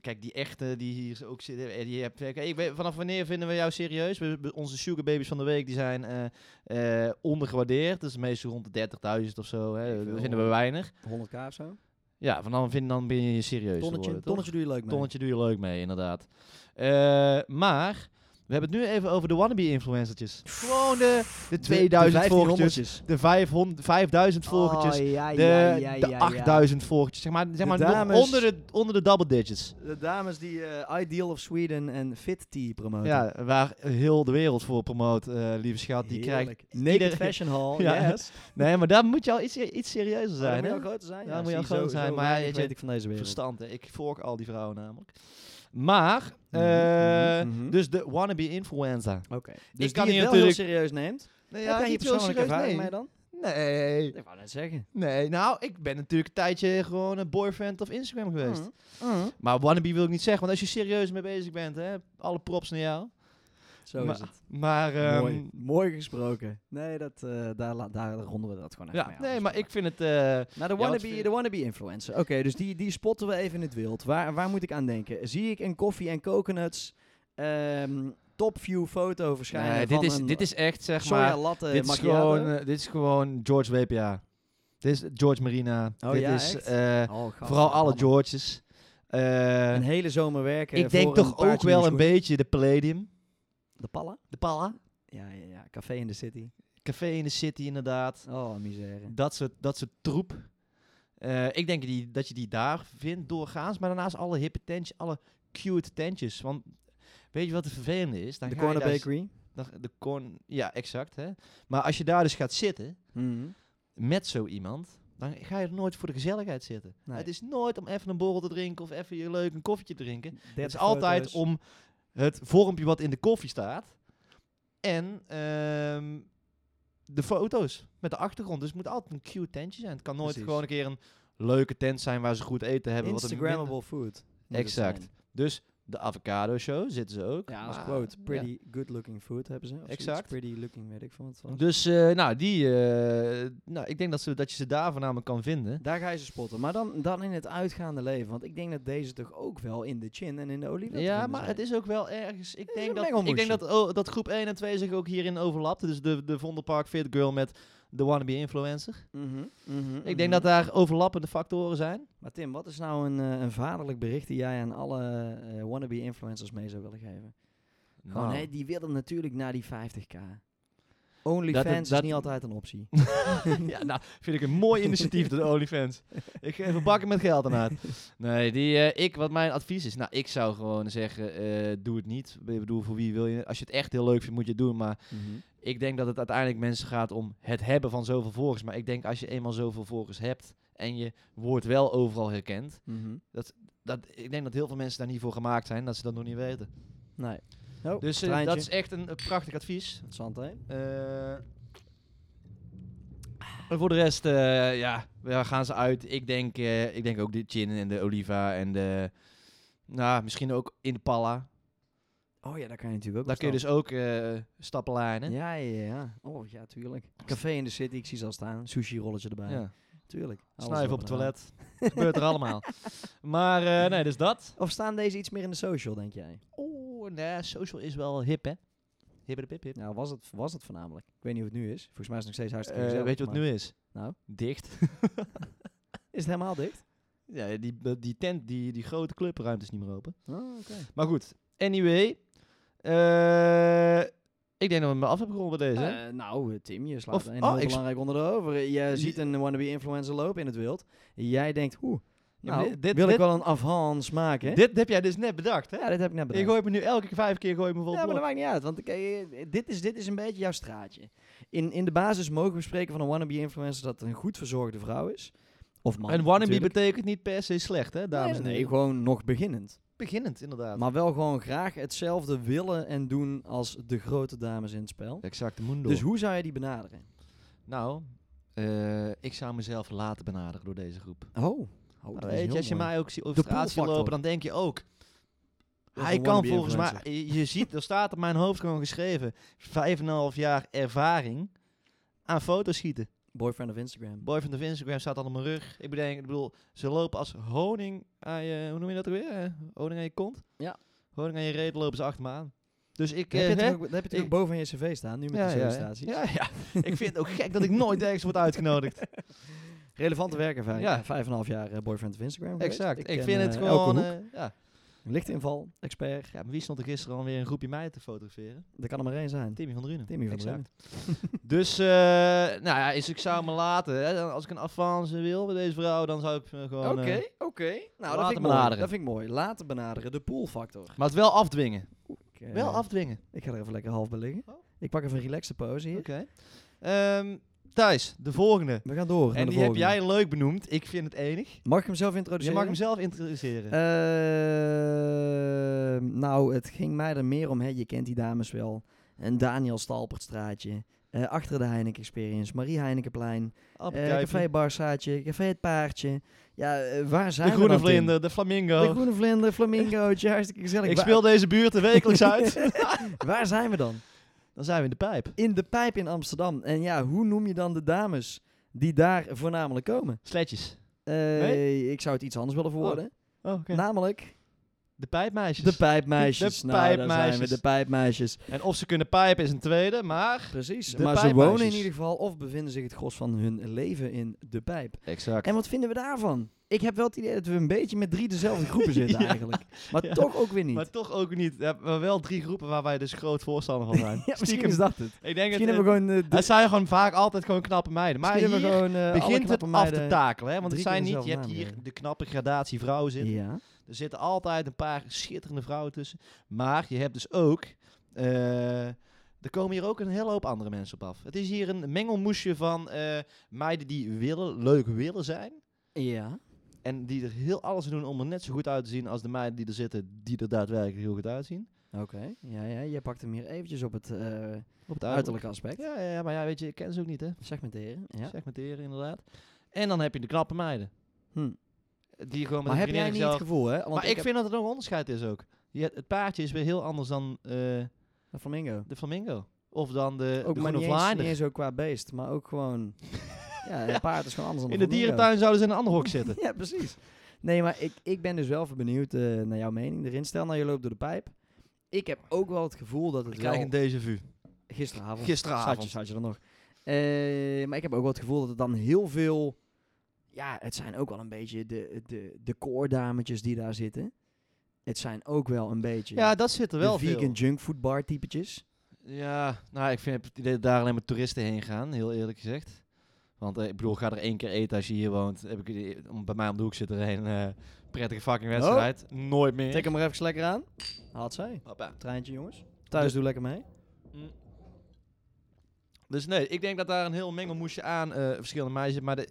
Speaker 1: kijk, die echte die hier ook zitten, eh, die heb, kijk, ik weet, vanaf wanneer vinden we jou serieus? We, we- onze sugarbabies van de week die zijn eh, eh, ondergewaardeerd. Dus meestal rond de 30.000 of zo. Hè.
Speaker 2: Ik wil-
Speaker 1: Dat vinden we weinig.
Speaker 2: 100k of zo.
Speaker 1: Ja, van dan, vind, dan ben je serieus
Speaker 2: Tonnetje,
Speaker 1: geworden, toch?
Speaker 2: tonnetje doe je leuk mee.
Speaker 1: Tonnetje doe je leuk mee, inderdaad. Eh, maar we hebben het nu even over de wannabe-influencertjes. Gewoon de, de 2000 volgertjes, de 500,
Speaker 2: Oh,
Speaker 1: 5000 volgertjes, de, de 8000 volgertjes. Zeg maar, zeg maar nog
Speaker 2: dames-
Speaker 1: onder, de, onder de double digits.
Speaker 2: De dames die eh, Ideal of Sweden en Fit Tea promoten.
Speaker 1: Ja, waar heel de wereld voor promoot, eh, lieve schat. Die krijgt...
Speaker 2: Heerlijk. Naked
Speaker 1: ieder-
Speaker 2: Fashion Hall,
Speaker 1: Ja,
Speaker 2: yes.
Speaker 1: Nee, maar daar moet je al iets, iets serieuzer
Speaker 2: Oh, dan
Speaker 1: zijn,
Speaker 2: moet
Speaker 1: hè?
Speaker 2: je al groot zijn.
Speaker 1: Ja, dan moet je al
Speaker 2: zie,
Speaker 1: groot
Speaker 2: zo-
Speaker 1: zijn,
Speaker 2: zo
Speaker 1: maar
Speaker 2: weinig
Speaker 1: weet je,
Speaker 2: weet ik van deze wereld.
Speaker 1: Verstand, hè. Ik fork al die vrouwen namelijk. Maar,
Speaker 2: Mhm,
Speaker 1: eh,
Speaker 2: mhm, mhm.
Speaker 1: dus de wannabe-influencer.
Speaker 2: Oké. Dus
Speaker 1: kan
Speaker 2: die je
Speaker 1: hier
Speaker 2: wel
Speaker 1: natuurlijk-
Speaker 2: heel serieus neemt.
Speaker 1: Nee,
Speaker 2: heb jij hier persoonlijke ervaring
Speaker 1: nee.
Speaker 2: mee dan?
Speaker 1: Nee.
Speaker 2: Ik wou net zeggen.
Speaker 1: Nee, nou, ik ben natuurlijk een tijdje gewoon een boyfriend of Instagram geweest.
Speaker 2: Mhm. Mhm.
Speaker 1: Maar wannabe wil ik niet zeggen, want als je serieus mee bezig bent, hè, alle props naar jou.
Speaker 2: Zo
Speaker 1: Maar-
Speaker 2: is het.
Speaker 1: Maar, ehm,
Speaker 2: mooi, mooi gesproken. Nee, dat, eh, daar, la- daar ronden we dat gewoon even
Speaker 1: ja,
Speaker 2: mee af.
Speaker 1: nee, maar ik vind het, eh,
Speaker 2: Maar Nou, de
Speaker 1: Ja, wat
Speaker 2: wannabe,
Speaker 1: vind-
Speaker 2: de wannabe influencer. Oké, dus die, die spotten we even in het wild. Waar, waar moet ik aan denken? Zie ik een koffie en coconuts ehm topview foto verschijnen
Speaker 1: nee,
Speaker 2: van
Speaker 1: dit is,
Speaker 2: een
Speaker 1: dit is echt, zeg
Speaker 2: soja
Speaker 1: maar,
Speaker 2: latte
Speaker 1: dit is,
Speaker 2: macchiato?
Speaker 1: gewoon, eh, dit is gewoon George WPA. Dit is George Marina.
Speaker 2: Oh
Speaker 1: dit
Speaker 2: ja,
Speaker 1: is
Speaker 2: echt?
Speaker 1: eh,
Speaker 2: Oh, gast,
Speaker 1: vooral alle
Speaker 2: allemaal.
Speaker 1: Georges. Eh,
Speaker 2: Een hele zomer werken
Speaker 1: ik denk
Speaker 2: voor een
Speaker 1: toch ook
Speaker 2: paardje
Speaker 1: wel
Speaker 2: nieuwe
Speaker 1: een
Speaker 2: schoenen.
Speaker 1: beetje de Palladium.
Speaker 2: De Palla?
Speaker 1: De Palla.
Speaker 2: Ja, ja, ja. Café in de City.
Speaker 1: Café in de City, inderdaad.
Speaker 2: Oh, misère.
Speaker 1: dat soort, dat soort troep. Eh, ik denk die, dat je die daar vindt doorgaans. Maar daarnaast alle hippe tentjes, alle cute tentjes. Want weet je wat het vervelende is? Dan
Speaker 2: De
Speaker 1: ga je
Speaker 2: Corner
Speaker 1: daar-
Speaker 2: Bakery.
Speaker 1: dan- de corn, ja, exact. Hè? Maar als je daar dus gaat zitten
Speaker 2: Mhm.
Speaker 1: met zo iemand... dan ga je er nooit voor de gezelligheid zitten.
Speaker 2: Nee.
Speaker 1: Het is nooit om even een borrel te drinken... of even je leuk een koffietje te drinken. Het
Speaker 2: 30
Speaker 1: is altijd
Speaker 2: foto's.
Speaker 1: om het vormpje wat in de koffie staat. En ehm, de foto's met de achtergrond. Dus het moet altijd een cute tentje zijn. Het kan nooit
Speaker 2: Precies.
Speaker 1: gewoon een keer een leuke tent zijn waar ze goed eten hebben. wat een minder-
Speaker 2: Instagrammable food. moet het
Speaker 1: Exact.
Speaker 2: zijn.
Speaker 1: Dus De avocado show zitten ze ook.
Speaker 2: Ja, als
Speaker 1: maar-
Speaker 2: quote. Pretty good looking food hebben ze. Of zoiets.
Speaker 1: Exact.
Speaker 2: Pretty looking, weet ik van wat het was.
Speaker 1: Dus eh, nou, die, eh, nou, ik denk dat, ze, dat je ze daar voornamelijk kan vinden.
Speaker 2: Daar ga je ze spotten. Maar dan, dan in het uitgaande leven. Want ik denk dat deze toch ook wel in de chin en in de olie
Speaker 1: Ja, maar het is ook wel ergens. Ik
Speaker 2: is
Speaker 1: denk
Speaker 2: een
Speaker 1: dat, ik
Speaker 2: mengelmoesje.
Speaker 1: denk dat, oh, dat groep 1 en 2 zich ook hierin overlapt. Dus de, de Vondelpark Fit Girl met de wannabe influencer. Ik denk dat daar overlappende factoren zijn.
Speaker 2: Mhm, Maar Tim, wat is nou een, eh, een vaderlijk bericht die jij aan alle eh, wannabe influencers mee zou willen geven? Gewoon,
Speaker 1: Nou.
Speaker 2: hè, die willen natuurlijk naar die 50k.
Speaker 1: Dat het-
Speaker 2: OnlyFans is
Speaker 1: dat-
Speaker 2: niet altijd een optie.
Speaker 1: ja, nou, vind ik een mooi initiatief, de OnlyFans. Ik geef een bakken met geld aan uit. Nee, die, eh, ik, wat mijn advies is, nou, ik zou gewoon zeggen, eh, doe het niet. Ik bedoel, voor wie wil je? Als je het echt heel leuk vindt, moet je het doen. Maar
Speaker 2: Mhm,
Speaker 1: ik denk dat het uiteindelijk mensen gaat om het hebben van zoveel volgers. Maar ik denk, als je eenmaal zoveel volgers hebt en je wordt wel overal herkend,
Speaker 2: Mhm.
Speaker 1: dat, ik denk dat heel veel mensen daar niet voor gemaakt zijn, dat ze dat nog niet weten.
Speaker 2: Nee. Oh,
Speaker 1: Dus eh,
Speaker 2: treintje.
Speaker 1: dat is echt een, een prachtig advies.
Speaker 2: Interessant, hè?
Speaker 1: Eh, en voor de rest, eh, ja, waar gaan ze uit? Ik denk, eh, ik denk ook de gin en de oliva en de... Nou, misschien ook in de palla.
Speaker 2: Oh ja, daar kan je natuurlijk ook
Speaker 1: Daar kun je
Speaker 2: wel
Speaker 1: dus ook eh, stappen lijnen.
Speaker 2: staan. Ja, ja, ja. Oh ja, tuurlijk. Café in de city, ik zie ze al staan. Sushi rolletje erbij.
Speaker 1: Ja.
Speaker 2: Tuurlijk. Alles
Speaker 1: Snuif
Speaker 2: erop
Speaker 1: op het
Speaker 2: en aan.
Speaker 1: toilet. Gebeurt er allemaal. Maar eh, nee, dus dat.
Speaker 2: Of staan deze iets meer in de social, denk jij?
Speaker 1: Oeh, nee, social is wel hip, hè? Hip, hip, hip, hip.
Speaker 2: Nou, was het, was het voornamelijk. Ik weet niet hoe het nu is. Volgens mij is het nog steeds hartstikke
Speaker 1: Eh,
Speaker 2: gezellig,
Speaker 1: weet je wat
Speaker 2: maar-
Speaker 1: nu is?
Speaker 2: Nou?
Speaker 1: Dicht.
Speaker 2: Is het helemaal dicht?
Speaker 1: ja, die, die tent, die, die grote clubruimte is niet meer open.
Speaker 2: Oh, oké.
Speaker 1: Maar goed, anyway. eh, ik denk dat we me af hebben gerond bij deze. hè?
Speaker 2: Eh, nou, eh, Tim, je slaat
Speaker 1: Of-
Speaker 2: een
Speaker 1: oh,
Speaker 2: heel
Speaker 1: ik s-
Speaker 2: belangrijk onder de over. Je
Speaker 1: Je-
Speaker 2: ziet een wannabe-influencer lopen in het wild. Jij denkt, oeh,
Speaker 1: Ja, maar
Speaker 2: nou,
Speaker 1: dit-
Speaker 2: dit,
Speaker 1: dit-
Speaker 2: wil ik
Speaker 1: dit-
Speaker 2: wel een avans maken. hè?
Speaker 1: Dit heb jij dus net bedacht, hè?
Speaker 2: ja, dit heb ik net
Speaker 1: je
Speaker 2: bedacht.
Speaker 1: gooit me nu elke keer vijf keer gooi je me vol
Speaker 2: Ja, maar dat
Speaker 1: blok.
Speaker 2: maakt niet uit, want eh, dit, is, dit is een beetje jouw straatje. In, in de basis mogen we spreken van een wannabe-influencer dat het een goed verzorgde vrouw is. Of man.
Speaker 1: En wannabe
Speaker 2: natuurlijk.
Speaker 1: betekent niet per se slecht, hè, dames
Speaker 2: Nee,
Speaker 1: en
Speaker 2: nee,
Speaker 1: heren?
Speaker 2: gewoon nog beginnend.
Speaker 1: Beginnend, inderdaad.
Speaker 2: Maar wel gewoon graag hetzelfde willen en doen als de grote dames in het spel.
Speaker 1: exact, de mundo.
Speaker 2: Dus hoe zou je die benaderen?
Speaker 1: nou, eh, ik zou mezelf laten benaderen door deze groep.
Speaker 2: Oh, oh
Speaker 1: Nou,
Speaker 2: dat is
Speaker 1: weet
Speaker 2: heel
Speaker 1: je, als je
Speaker 2: mooi.
Speaker 1: mij ook ziet over
Speaker 2: De
Speaker 1: straat ziet lopen,
Speaker 2: poolfactor.
Speaker 1: dan denk je ook...
Speaker 2: Dat is
Speaker 1: Hij
Speaker 2: een
Speaker 1: kan
Speaker 2: wannabe
Speaker 1: volgens mij...
Speaker 2: influencer.
Speaker 1: Je, je ziet, er staat op mijn hoofd gewoon geschreven... Vijf en een half jaar ervaring aan foto's schieten.
Speaker 2: Boyfriend of Instagram.
Speaker 1: Boyfriend of Instagram staat al op mijn rug. Ik bedenk, ik bedoel, ze lopen als honing aan je, hoe noem je dat ook weer? Eh, honing aan je kont?
Speaker 2: Ja.
Speaker 1: Honing aan je reet lopen ze achter me aan. Dus ik... eh,
Speaker 2: heb je
Speaker 1: hè?
Speaker 2: het ook, dat heb je toch
Speaker 1: ik-
Speaker 2: ook boven in je cv staan, nu met
Speaker 1: ja,
Speaker 2: die
Speaker 1: ja, ja,
Speaker 2: sollicitaties?
Speaker 1: ja, ja. ik vind het ook gek dat ik nooit ergens word uitgenodigd.
Speaker 2: Relevante werken,
Speaker 1: Ja.
Speaker 2: ja. vijf en een half jaar eh, boyfriend of Instagram geweest.
Speaker 1: exact. Ik,
Speaker 2: ken,
Speaker 1: vind het
Speaker 2: eh, elke
Speaker 1: gewoon...
Speaker 2: hoek.
Speaker 1: eh, ja.
Speaker 2: Lichtinval, expert,
Speaker 1: ja, maar wie stond er gisteren alweer een groepje meiden te fotograferen?
Speaker 2: dat kan er maar één zijn.
Speaker 1: Timmy van Drunen.
Speaker 2: Timmy van
Speaker 1: exact.
Speaker 2: Drunen.
Speaker 1: Dus, eh, nou ja, is, ik zou me laten. Hè, Dan als ik een avance wil bij deze vrouw, dan zou ik eh, gewoon...
Speaker 2: Oké,
Speaker 1: eh,
Speaker 2: oké. Nou, dat
Speaker 1: laten
Speaker 2: vind, ik mooi.
Speaker 1: benaderen.
Speaker 2: dat vind ik mooi. Laten benaderen, de poolfactor.
Speaker 1: maar het wel afdwingen.
Speaker 2: Ik, eh,
Speaker 1: Wel afdwingen.
Speaker 2: Ik ga er even lekker half bij liggen.
Speaker 1: Oh.
Speaker 2: Ik pak even een relaxte pose hier.
Speaker 1: Oké. Ehm, Thijs, de volgende.
Speaker 2: We gaan door naar
Speaker 1: En
Speaker 2: de
Speaker 1: die heb
Speaker 2: volgende.
Speaker 1: jij leuk benoemd. Ik vind het enig.
Speaker 2: Mag ik hem zelf
Speaker 1: Je
Speaker 2: introduceren?
Speaker 1: mag hem zelf introduceren.
Speaker 2: Eh, nou, het ging mij er meer om. Hè. Je kent die dames wel. Een Daniel Stalpertstraatje. eh, achter de Heineken Experience. Marie Heinekenplein. eh
Speaker 1: Appelkuipje.
Speaker 2: café Barsaatje. Café Het Paardje. Ja, eh, waar zijn
Speaker 1: de
Speaker 2: we
Speaker 1: groene
Speaker 2: dan, Tim?
Speaker 1: vlinder, de
Speaker 2: De
Speaker 1: flamingo.
Speaker 2: Groene Vlinder, Flamingootje. Hartstikke gezellig.
Speaker 1: Ik
Speaker 2: Waar-
Speaker 1: speel deze buurt er wekelijks uit.
Speaker 2: Waar zijn we dan?
Speaker 1: Dan zijn we in de pijp.
Speaker 2: In de pijp in Amsterdam. En ja, hoe noem je dan de dames die daar voornamelijk komen?
Speaker 1: Sletjes.
Speaker 2: Eh,
Speaker 1: Nee?
Speaker 2: Ik zou het iets anders willen verwoorden.
Speaker 1: Oh, oké.
Speaker 2: Namelijk
Speaker 1: De pijpmeisjes.
Speaker 2: de pijpmeisjes.
Speaker 1: De
Speaker 2: Nou, daar zijn we,
Speaker 1: pijpmeisjes.
Speaker 2: de pijpmeisjes.
Speaker 1: en of ze kunnen pijpen is een tweede, maar...
Speaker 2: Precies.
Speaker 1: De
Speaker 2: maar ze
Speaker 1: pijpmeisjes.
Speaker 2: wonen in ieder geval of bevinden zich het gros van hun leven in de pijp.
Speaker 1: Exact.
Speaker 2: En wat vinden we daarvan? Ik heb wel het idee dat we een beetje met drie dezelfde groepen zitten
Speaker 1: Ja.
Speaker 2: eigenlijk. Maar
Speaker 1: Ja.
Speaker 2: toch ook weer niet.
Speaker 1: Maar toch ook niet. We hebben wel drie groepen waar wij dus groot voorstander van zijn.
Speaker 2: ja, misschien
Speaker 1: Stiekem.
Speaker 2: is dat het.
Speaker 1: Ik denk
Speaker 2: Misschien
Speaker 1: dat...
Speaker 2: hebben we gewoon... eh, de-
Speaker 1: het zijn gewoon vaak altijd gewoon knappe meiden. Maar
Speaker 2: misschien
Speaker 1: hier
Speaker 2: hebben we gewoon, eh, alle
Speaker 1: begint het
Speaker 2: knappe
Speaker 1: af te
Speaker 2: meiden-
Speaker 1: takelen. Hè? Want het
Speaker 2: drie
Speaker 1: zijn
Speaker 2: keer
Speaker 1: niet... Je hebt
Speaker 2: dezelfde naam
Speaker 1: hier
Speaker 2: hebben.
Speaker 1: de knappe gradatie vrouwen zitten.
Speaker 2: Ja.
Speaker 1: Er zitten altijd een paar schitterende vrouwen tussen. Maar je hebt dus ook. eh, er komen hier ook een hele hoop andere mensen op af. Het is hier een mengelmoesje van eh, meiden die willen, leuk willen zijn.
Speaker 2: Ja.
Speaker 1: En die er heel alles aan doen om er net zo goed uit te zien als de meiden die er zitten, die er daadwerkelijk heel goed uitzien.
Speaker 2: Oké. Ja, ja. Jij pakt hem hier eventjes op het... eh,
Speaker 1: Op het uiterlijk.
Speaker 2: Uiterlijk aspect.
Speaker 1: Ja, ja, ja, maar ja, weet je, ik ken ze ook niet, hè?
Speaker 2: Segmenteren. Ja.
Speaker 1: Segmenteren, inderdaad. En dan heb je de knappe meiden.
Speaker 2: Hm.
Speaker 1: Die gewoon met
Speaker 2: Maar
Speaker 1: een
Speaker 2: heb jij
Speaker 1: vriendin
Speaker 2: niet
Speaker 1: zelf-
Speaker 2: het gevoel, hè? Want
Speaker 1: Maar ik,
Speaker 2: heb-
Speaker 1: vind dat er nog een onderscheid is ook. je hebt- het paardje is weer heel anders dan eh,
Speaker 2: De flamingo.
Speaker 1: de flamingo. Of dan de,
Speaker 2: Ook
Speaker 1: de
Speaker 2: maar
Speaker 1: groene
Speaker 2: niet eens, niet
Speaker 1: vlinder.
Speaker 2: eens ook qua beest, maar ook gewoon... ja, een paard is gewoon anders dan
Speaker 1: In
Speaker 2: een
Speaker 1: de
Speaker 2: flamingo.
Speaker 1: dierentuin zouden ze in een ander hok zitten.
Speaker 2: ja, precies. Nee, maar ik, ik ben dus wel even benieuwd eh, naar jouw mening erin. Stel nou, je loopt door de pijp. Ik heb ook wel het gevoel dat het
Speaker 1: Ik krijg
Speaker 2: wel...
Speaker 1: een déjà vu.
Speaker 2: Gisteravond.
Speaker 1: Gisteravond.
Speaker 2: Zat je, zat je er nog. Eh, maar ik heb ook wel het gevoel dat het dan heel veel... Ja, het zijn ook wel een beetje de, de, de koordametjes die daar zitten. Het zijn ook wel een beetje
Speaker 1: Ja, dat zit er
Speaker 2: de
Speaker 1: wel veel.
Speaker 2: vegan junkfood bar typetjes.
Speaker 1: Ja, nou, ik vind het idee dat daar alleen maar toeristen heen gaan, heel eerlijk gezegd. Want eh, ik bedoel, ga er één keer eten als je hier woont. Heb ik, eh, om- bij mij om de hoek zit er een eh, prettige fucking
Speaker 2: Oh.
Speaker 1: wedstrijd. Nooit meer.
Speaker 2: Tik hem er even lekker aan. Had zij.
Speaker 1: Hoppa.
Speaker 2: Treintje jongens. Thuis doe lekker mee.
Speaker 1: Dus nee, ik denk dat daar een heel mengelmoesje aan eh, verschillende meisjes. Maar de,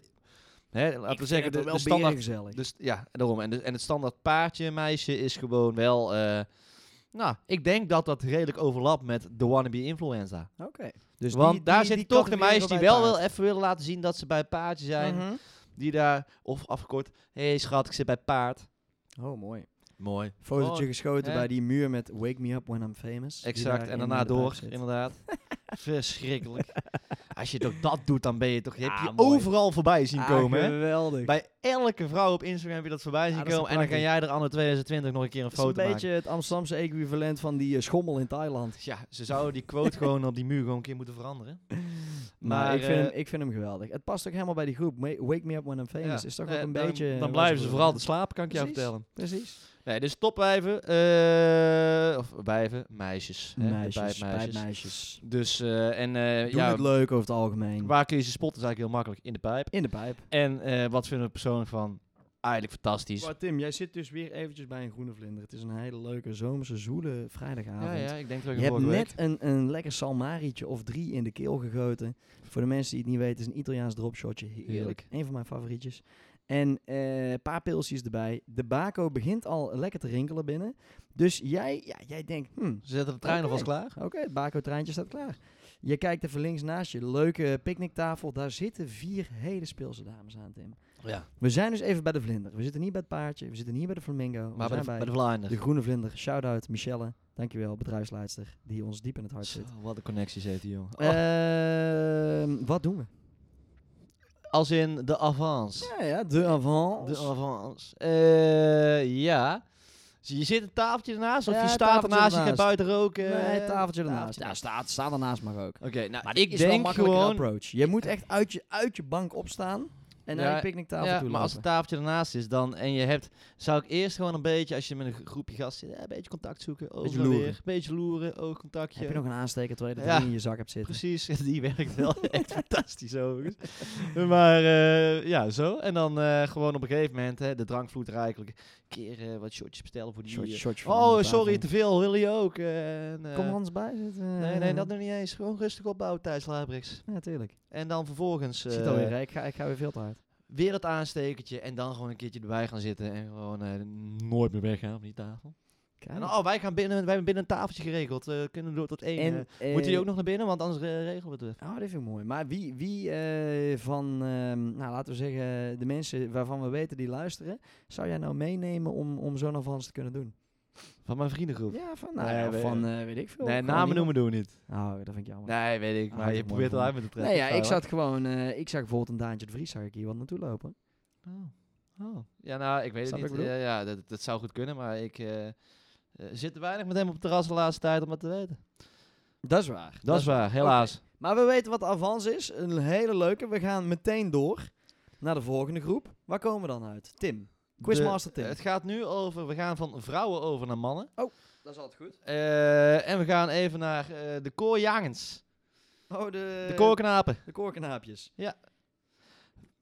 Speaker 1: hè, laten we zeggen, de, de standaard.
Speaker 2: gezellig.
Speaker 1: Dus, ja, daarom. En, de, en het standaard paardje meisje is gewoon wel. eh, nou, ik denk dat dat redelijk overlapt met de wannabe influenza.
Speaker 2: Oké. Dus
Speaker 1: Want
Speaker 2: die-
Speaker 1: daar
Speaker 2: die- die
Speaker 1: zitten toch de
Speaker 2: categorie
Speaker 1: meisjes die
Speaker 2: wel bij
Speaker 1: wel
Speaker 2: paard.
Speaker 1: wil even willen laten zien dat ze bij paardje zijn.
Speaker 2: Mhm.
Speaker 1: Die daar, of afgekort, hé hey, schat, ik zit bij paard.
Speaker 2: Oh, mooi.
Speaker 1: Mooi.
Speaker 2: Fotootje
Speaker 1: Mooi.
Speaker 2: geschoten
Speaker 1: Oh, Hè?
Speaker 2: bij die muur met Wake Me Up When I'm Famous. die
Speaker 1: Exact,
Speaker 2: daar
Speaker 1: en
Speaker 2: in,
Speaker 1: daarna
Speaker 2: eh, de
Speaker 1: door,
Speaker 2: pijp zit.
Speaker 1: inderdaad. Verschrikkelijk. Als je toch dat doet, dan ben je toch... Je hebt
Speaker 2: Ah,
Speaker 1: je
Speaker 2: mooi.
Speaker 1: overal voorbij zien
Speaker 2: Ah,
Speaker 1: komen, hè?
Speaker 2: geweldig.
Speaker 1: Bij elke vrouw op Instagram heb je dat voorbij zien
Speaker 2: Ah, dat is
Speaker 1: komen. En dan kan
Speaker 2: prachtig.
Speaker 1: jij er anno 2020 nog een keer een
Speaker 2: Het is een
Speaker 1: foto maken.
Speaker 2: beetje het Amsterdamse equivalent van die eh, schommel in Thailand.
Speaker 1: Dus Ja, ze zouden die quote gewoon op die muur gewoon een keer moeten veranderen.
Speaker 2: Maar, ik, vind
Speaker 1: eh,
Speaker 2: hem, ik vind hem geweldig. Het past ook helemaal bij die groep. Ma- Wake Me Up When I'm Famous
Speaker 1: ja,
Speaker 2: is toch
Speaker 1: nee,
Speaker 2: ook een
Speaker 1: dan-
Speaker 2: beetje...
Speaker 1: Dan
Speaker 2: wat
Speaker 1: blijven ze
Speaker 2: bedoelen.
Speaker 1: vooral te slapen, kan ik jou
Speaker 2: Precies.
Speaker 1: vertellen.
Speaker 2: Precies.
Speaker 1: Nee, dus topwijven. eh of wijven, meisjes. hè, de
Speaker 2: Meisjes,
Speaker 1: bijmeisjes.
Speaker 2: pijpmeisjes.
Speaker 1: Dus, eh, en eh,
Speaker 2: Doen
Speaker 1: ja,
Speaker 2: het leuk over het algemeen.
Speaker 1: waar kun je ze spotten is eigenlijk heel makkelijk. In de pijp.
Speaker 2: In de pijp.
Speaker 1: En eh, wat vinden we persoonlijk van? Eigenlijk fantastisch.
Speaker 2: Maar Tim, jij zit dus weer eventjes bij een groene vlinder. Het is een hele leuke zomerse zoele vrijdagavond.
Speaker 1: Ja, ja, ik denk dat ik
Speaker 2: Je
Speaker 1: hem
Speaker 2: hebt
Speaker 1: vorige week-
Speaker 2: net een, een lekker salmarietje of drie in de keel gegoten. Voor de mensen die het niet weten, is een Italiaans dropshotje. Heerlijk.
Speaker 1: Heerlijk.
Speaker 2: Een van mijn favorietjes. En eh, een paar pilsjes erbij. De bako begint al lekker te rinkelen binnen. Dus jij, ja, jij denkt, hmm,
Speaker 1: Ze zetten de trein alvast
Speaker 2: Oké.
Speaker 1: klaar.
Speaker 2: oké, het bako-treintje staat klaar. Je kijkt even links naast je. Leuke picknicktafel. Daar zitten vier hele speelse dames aan, Tim.
Speaker 1: Ja,
Speaker 2: We zijn dus even bij de vlinder. We zitten niet bij het paardje. We zitten niet bij de flamingo. We
Speaker 1: maar bij
Speaker 2: zijn
Speaker 1: de, bij de Vlaanderen.
Speaker 2: de groene vlinder. Shout-out Michelle. Dankjewel, bedrijfsleidster. Die ons diep in het hart zit.
Speaker 1: Zo, wat een connecties heeft die jongen.
Speaker 2: Eh.
Speaker 1: Oh,
Speaker 2: Ehm, wat doen we?
Speaker 1: als in de avance.
Speaker 2: Ja, ja, de avant.
Speaker 1: De avance. Eh, ja. Zie je zit een tafeltje ernaast of
Speaker 2: Ja,
Speaker 1: je staat
Speaker 2: tafeltje
Speaker 1: ernaast, je gaat
Speaker 2: ernaast.
Speaker 1: buiten roken.
Speaker 2: nee, Eh, tafeltje ernaast.
Speaker 1: Tafeltje
Speaker 2: Ja, staat, staat ernaast mag ook.
Speaker 1: Oké, nou,
Speaker 2: Maar
Speaker 1: ik denk gewoon
Speaker 2: approach. Je moet echt uit je, uit je bank opstaan en
Speaker 1: Ja,
Speaker 2: naar je picknicktafel
Speaker 1: Ja,
Speaker 2: toe
Speaker 1: maar als het
Speaker 2: lopen.
Speaker 1: tafeltje ernaast is dan en je hebt, zou ik eerst gewoon een beetje, als je met een groepje gasten zit, eh, een beetje contact zoeken, overal
Speaker 2: Beetje loeren.
Speaker 1: weer, beetje loeren, oogcontactje.
Speaker 2: Heb je nog een aansteker terwijl je dat
Speaker 1: Ja.
Speaker 2: ding in je zak hebt zitten?
Speaker 1: Precies, die werkt wel echt fantastisch overigens. Maar eh, ja, zo. En dan eh, gewoon op een gegeven moment, hè, de drank vloeit rijkelijk. Een keer eh, wat shotjes bestellen voor die...
Speaker 2: Shotje,
Speaker 1: eh,
Speaker 2: shotje van
Speaker 1: oh,
Speaker 2: de
Speaker 1: sorry, te
Speaker 2: tafel.
Speaker 1: veel, wil je ook? Eh, en, eh,
Speaker 2: Kom eh. er anders bij zitten.
Speaker 1: Nee, nee, dat nog niet eens. Gewoon rustig opbouwen thuis, Labrix.
Speaker 2: Ja, tuurlijk.
Speaker 1: En dan vervolgens...
Speaker 2: Ik zie het
Speaker 1: eh,
Speaker 2: alweer, hè. ik ga, ik ga weer veel te hard.
Speaker 1: weer dat aanstekertje en dan gewoon een keertje erbij gaan zitten en gewoon eh, nooit meer weggaan van die tafel.
Speaker 2: Kijk.
Speaker 1: En, oh, wij gaan binnen, wij hebben binnen een tafeltje geregeld. eh, kunnen door tot één. eh,
Speaker 2: eh,
Speaker 1: moeten jullie ook nog naar binnen, want anders eh, regelen we het.
Speaker 2: Oh, dat vind ik mooi. Maar wie, wie eh, van, ehm, nou, laten we zeggen, de mensen waarvan we weten die luisteren, zou jij nou meenemen om, om zo'n avans te kunnen doen?
Speaker 1: Van mijn vriendengroep.
Speaker 2: Ja, van, nou,
Speaker 1: Nee,
Speaker 2: ja,
Speaker 1: we-
Speaker 2: van eh, weet ik veel.
Speaker 1: nee,
Speaker 2: Gewoon
Speaker 1: namen
Speaker 2: iemand-
Speaker 1: noemen doen we niet.
Speaker 2: Oh, dat vind ik jammer.
Speaker 1: Nee, weet ik,
Speaker 2: Ah,
Speaker 1: maar
Speaker 2: dat
Speaker 1: je
Speaker 2: is mooi
Speaker 1: probeert
Speaker 2: van
Speaker 1: het uit met de
Speaker 2: Nee,
Speaker 1: trein.
Speaker 2: ja, ik zat gewoon, eh, ik zag bijvoorbeeld een Daantje de Vries, zag ik hier wat naartoe lopen.
Speaker 1: Oh. Oh. Ja, nou, ik weet het
Speaker 2: Snap
Speaker 1: niet.
Speaker 2: wat ik bedoel?
Speaker 1: Ja, ja, dat, dat zou goed kunnen, maar ik eh, eh, zit te weinig met hem op het terras de laatste tijd om dat te weten. Dus-
Speaker 2: Dat is waar.
Speaker 1: Dat is waar, helaas.
Speaker 2: Maar we weten wat de avans is. Een hele leuke. We gaan meteen door naar de volgende groep. Waar komen we dan uit? Tim. Quizmaster
Speaker 1: De-
Speaker 2: Tim.
Speaker 1: Het gaat nu over, we gaan van vrouwen over naar mannen.
Speaker 2: Dat is altijd goed.
Speaker 1: Eh, en we gaan even naar eh, de koorjagens.
Speaker 2: Oh, de,
Speaker 1: De koorknapen.
Speaker 2: de koorknaapjes.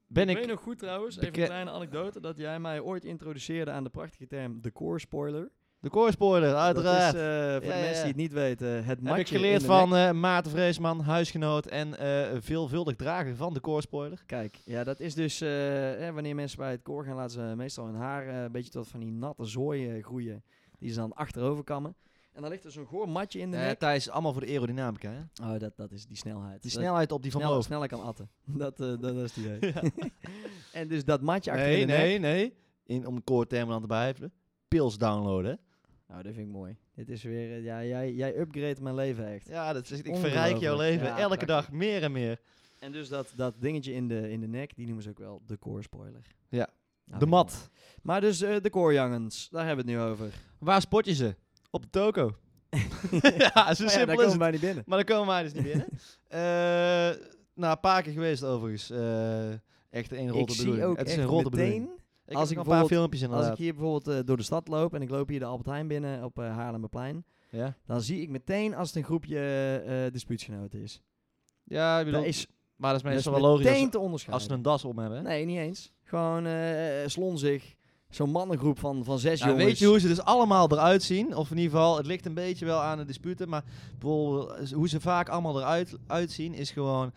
Speaker 1: Ben
Speaker 2: ik
Speaker 1: ik...
Speaker 2: weet nog goed trouwens, even
Speaker 1: beke-
Speaker 2: een kleine anekdote, dat jij mij ooit introduceerde aan de prachtige term de core spoiler.
Speaker 1: De koorspoiler, uiteraard.
Speaker 2: Dat is, eh, voor
Speaker 1: Ja,
Speaker 2: de
Speaker 1: ja,
Speaker 2: mensen
Speaker 1: ja.
Speaker 2: die het niet weten, eh, het matje
Speaker 1: Heb ik geleerd
Speaker 2: in de nek.
Speaker 1: van eh, Maarten Vreesman, huisgenoot en eh, veelvuldig drager van de koorspoiler.
Speaker 2: Kijk, ja, dat is dus eh, hè, wanneer mensen bij het koor gaan, laten ze meestal hun haar eh, een beetje tot van die natte zooi eh, groeien, die ze dan achterover kammen. En dan ligt er zo'n goor matje in de
Speaker 1: Eh
Speaker 2: nek.
Speaker 1: Thijs, allemaal voor de aerodynamica. Hè?
Speaker 2: Oh, dat, dat is die snelheid.
Speaker 1: Die
Speaker 2: Dat-
Speaker 1: snelheid op die van
Speaker 2: sneller,
Speaker 1: boven.
Speaker 2: sneller kan atten. Dat, eh, dat is die idee. en dus dat matje achter
Speaker 1: Nee,
Speaker 2: in de nek.
Speaker 1: nee, nee. In, om koortermen aan te behijven. Pils downloaden. hè.
Speaker 2: Nou, dit vind ik mooi. Dit is weer, eh, ja, jij, jij upgrade mijn leven echt.
Speaker 1: Ja, dat is, ik verrijk
Speaker 2: Ongelooflijk.
Speaker 1: jouw leven
Speaker 2: Ja,
Speaker 1: elke
Speaker 2: prachtig.
Speaker 1: dag meer en meer.
Speaker 2: En dus dat, dat dingetje in de, in de nek, die noemen ze ook wel de core spoiler.
Speaker 1: Ja.
Speaker 2: Nou,
Speaker 1: de
Speaker 2: vind ik mooi.
Speaker 1: mat.
Speaker 2: Maar dus eh, de core jongens, daar hebben we het nu over.
Speaker 1: Waar spot je ze? Op de toko. Oh ja, zo
Speaker 2: Maar ja, daar
Speaker 1: simpel
Speaker 2: komen
Speaker 1: is het.
Speaker 2: wij niet binnen.
Speaker 1: Maar dan komen wij dus niet binnen. Eh nou, een paar keer geweest overigens. Eh, echt een rotte
Speaker 2: Ik zie
Speaker 1: bedoeling.
Speaker 2: ook
Speaker 1: het is
Speaker 2: echt
Speaker 1: een rotte bedoeling.
Speaker 2: meteen,
Speaker 1: Ik heb nog
Speaker 2: als ik
Speaker 1: een paar
Speaker 2: bijvoorbeeld-
Speaker 1: filmpjes
Speaker 2: als
Speaker 1: inderdaad.
Speaker 2: ik hier bijvoorbeeld eh, door de stad loop en ik loop hier de Albert Heijn binnen op eh Haarlemmerplein,
Speaker 1: ja?
Speaker 2: dan zie ik meteen als het een groepje eh, eh, dispuutgenoten is.
Speaker 1: ja, ik bedoel,
Speaker 2: Dat is,
Speaker 1: maar dat is
Speaker 2: dat is
Speaker 1: meestal wel logisch
Speaker 2: meteen
Speaker 1: als,
Speaker 2: te
Speaker 1: als ze
Speaker 2: onderscheiden.
Speaker 1: een das om hebben. hè?
Speaker 2: Nee, niet eens. Gewoon eh slonzig. Zo'n mannengroep van, van zes
Speaker 1: Ja,
Speaker 2: jongens.
Speaker 1: weet je hoe ze dus allemaal eruit zien? Of in ieder geval, het ligt een beetje wel aan de disputen. Maar bijvoorbeeld, eh, hoe ze vaak allemaal eruit uitzien is gewoon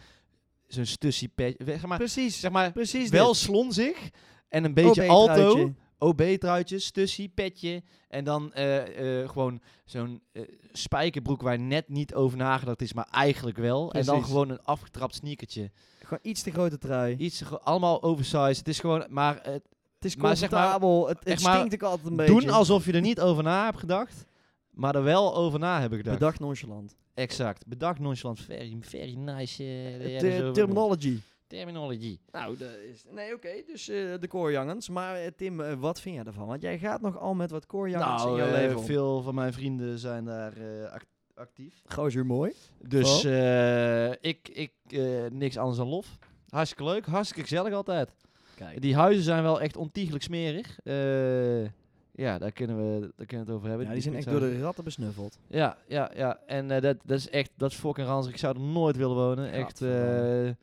Speaker 1: zo'n stussiepetje. Zeg maar,
Speaker 2: Precies.
Speaker 1: zeg maar
Speaker 2: precies
Speaker 1: wel
Speaker 2: dit.
Speaker 1: slonzig en een beetje
Speaker 2: OB-truitje.
Speaker 1: alto. OB-truitjes, tussie, petje. En dan eh, eh, gewoon zo'n eh, spijkerbroek waar net niet over nagedacht is, maar eigenlijk wel. En dan
Speaker 2: Precies.
Speaker 1: gewoon een afgetrapt sneakertje.
Speaker 2: Gewoon iets te grote trui.
Speaker 1: Iets ge- allemaal oversized. Het is gewoon, maar eh,
Speaker 2: Het is
Speaker 1: Maar zeg maar-
Speaker 2: comfortabel. het het
Speaker 1: zeg maar,
Speaker 2: stinkt ook altijd een beetje.
Speaker 1: doen alsof je er niet over na hebt gedacht, maar er wel over na hebben gedacht.
Speaker 2: Bedacht nonchalant.
Speaker 1: exact. Bedacht nonchalant. Very, very nice. eh, dat jij
Speaker 2: Het,
Speaker 1: er zo
Speaker 2: eh,
Speaker 1: over noemt.
Speaker 2: terminology.
Speaker 1: terminology.
Speaker 2: Nou, dat is... Nee, oké. Dus eh, de core jongens. Maar eh, Tim, eh, wat vind jij ervan? Want jij gaat nogal met wat core jongens in
Speaker 1: Nou,
Speaker 2: jouw
Speaker 1: eh,
Speaker 2: leven om.
Speaker 1: veel van mijn vrienden zijn daar eh, act- actief.
Speaker 2: Gozer, mooi.
Speaker 1: Dus
Speaker 2: Vooral?
Speaker 1: eh, ik, ik eh, niks anders dan lof. Hartstikke leuk, hartstikke gezellig altijd.
Speaker 2: Kijk.
Speaker 1: Die huizen zijn wel echt ontiegelijk smerig. Eh, ja, daar kunnen, we, daar kunnen we het over hebben. eh,
Speaker 2: Ja, die zijn echt door
Speaker 1: dieptehuizen.
Speaker 2: de ratten besnuffeld.
Speaker 1: Ja, ja, ja. En eh, dat, dat is echt, dat is fucking ranzig. Ik zou er nooit willen wonen. Echt,
Speaker 2: Gadverdamme.
Speaker 1: eh,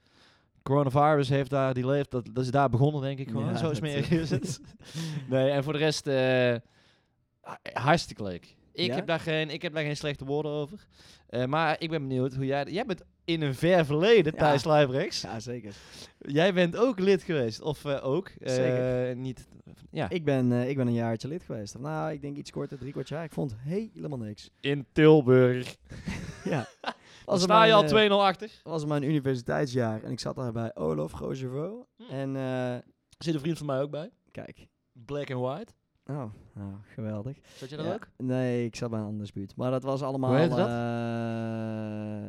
Speaker 1: coronavirus heeft daar, die leeft, dat, dat is daar begonnen denk ik gewoon.
Speaker 2: Ja,
Speaker 1: Zo
Speaker 2: dat,
Speaker 1: smerig
Speaker 2: eh.
Speaker 1: is het. Nee, en voor de rest, eh, ha- hartstikke leuk. Ik,
Speaker 2: Ja?
Speaker 1: heb daar geen, ik heb daar geen slechte woorden over. Eh, maar ik ben benieuwd hoe jij... Jij bent in een ver verleden,
Speaker 2: Ja.
Speaker 1: Thijs Luijbrechts.
Speaker 2: Ja, zeker.
Speaker 1: Jij bent ook lid geweest. Of eh, ook. eh,
Speaker 2: Zeker.
Speaker 1: niet, ja.
Speaker 2: Ik ben, eh, ik ben een jaartje lid geweest. Of Nou, ik denk iets korter, drie kwart jaar. Ik vond helemaal niks.
Speaker 1: In Tilburg.
Speaker 2: Ja.
Speaker 1: Dan
Speaker 2: het
Speaker 1: sta je
Speaker 2: mijn,
Speaker 1: al
Speaker 2: eh,
Speaker 1: 2-0 achter.
Speaker 2: was mijn universiteitsjaar en ik zat daar bij Olof Roosevelt.
Speaker 1: Hm.
Speaker 2: En eh,
Speaker 1: Zit een vriend van mij ook bij.
Speaker 2: kijk.
Speaker 1: Black and White.
Speaker 2: Oh, nou, geweldig.
Speaker 1: Zat je dat
Speaker 2: Ja.
Speaker 1: ook?
Speaker 2: Nee, ik zat bij een andere buurt. Maar dat was allemaal...
Speaker 1: Hoe heette dat?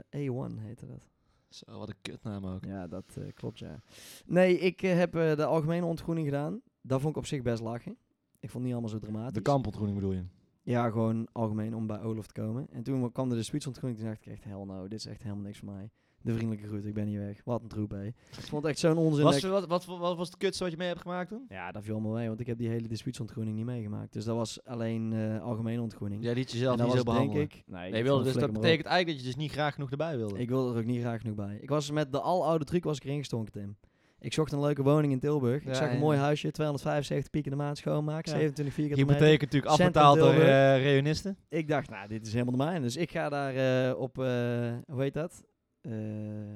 Speaker 2: eh, A1 heette dat.
Speaker 1: Zo, wat een kutnaam ook.
Speaker 2: Ja, dat eh, klopt, ja. Nee, ik eh, heb eh, de algemene ontgroening gedaan. Dat vond ik op zich best lachen. Ik vond het niet allemaal zo dramatisch.
Speaker 1: De kampontgroening bedoel je?
Speaker 2: Ja, gewoon algemeen om bij Olof te komen. En toen kwam de dispuutsontgroening, toen dacht ik echt, hell no, dit is echt helemaal niks voor mij. De vriendelijke groet, ik ben hier weg. Wat een troep, hé. Ik vond het echt zo'n onzin. dat
Speaker 1: Was,
Speaker 2: ik-
Speaker 1: wat, wat, wat was het kutste wat je mee hebt gemaakt toen?
Speaker 2: Ja, dat viel me mee, want ik heb die hele dispuutsontgroening niet meegemaakt. Dus dat was alleen eh algemene ontgroening.
Speaker 1: Jij liet
Speaker 2: En
Speaker 1: jezelf
Speaker 2: dat
Speaker 1: niet zo
Speaker 2: was denk
Speaker 1: behandelen.
Speaker 2: ik... Nee,
Speaker 1: nee, je wilde, dus dat betekent eigenlijk dat je dus niet graag genoeg erbij wilde.
Speaker 2: Ik wilde er ook niet graag genoeg bij. Ik was met de aloude truc was ik erin gestonken, Tim. Ik zocht een leuke woning in Tilburg.
Speaker 1: Ja,
Speaker 2: ik zag een
Speaker 1: ja.
Speaker 2: mooi huisje, 275 piek in de maand schoonmaken,
Speaker 1: Ja.
Speaker 2: 27 vierkante meter.
Speaker 1: Hypotheek natuurlijk
Speaker 2: Centrum
Speaker 1: afbetaald door
Speaker 2: Tilburg.
Speaker 1: eh reunisten.
Speaker 2: Ik dacht, nou, dit is helemaal de mijne. Dus ik ga daar eh, op, eh, hoe heet dat? Eh,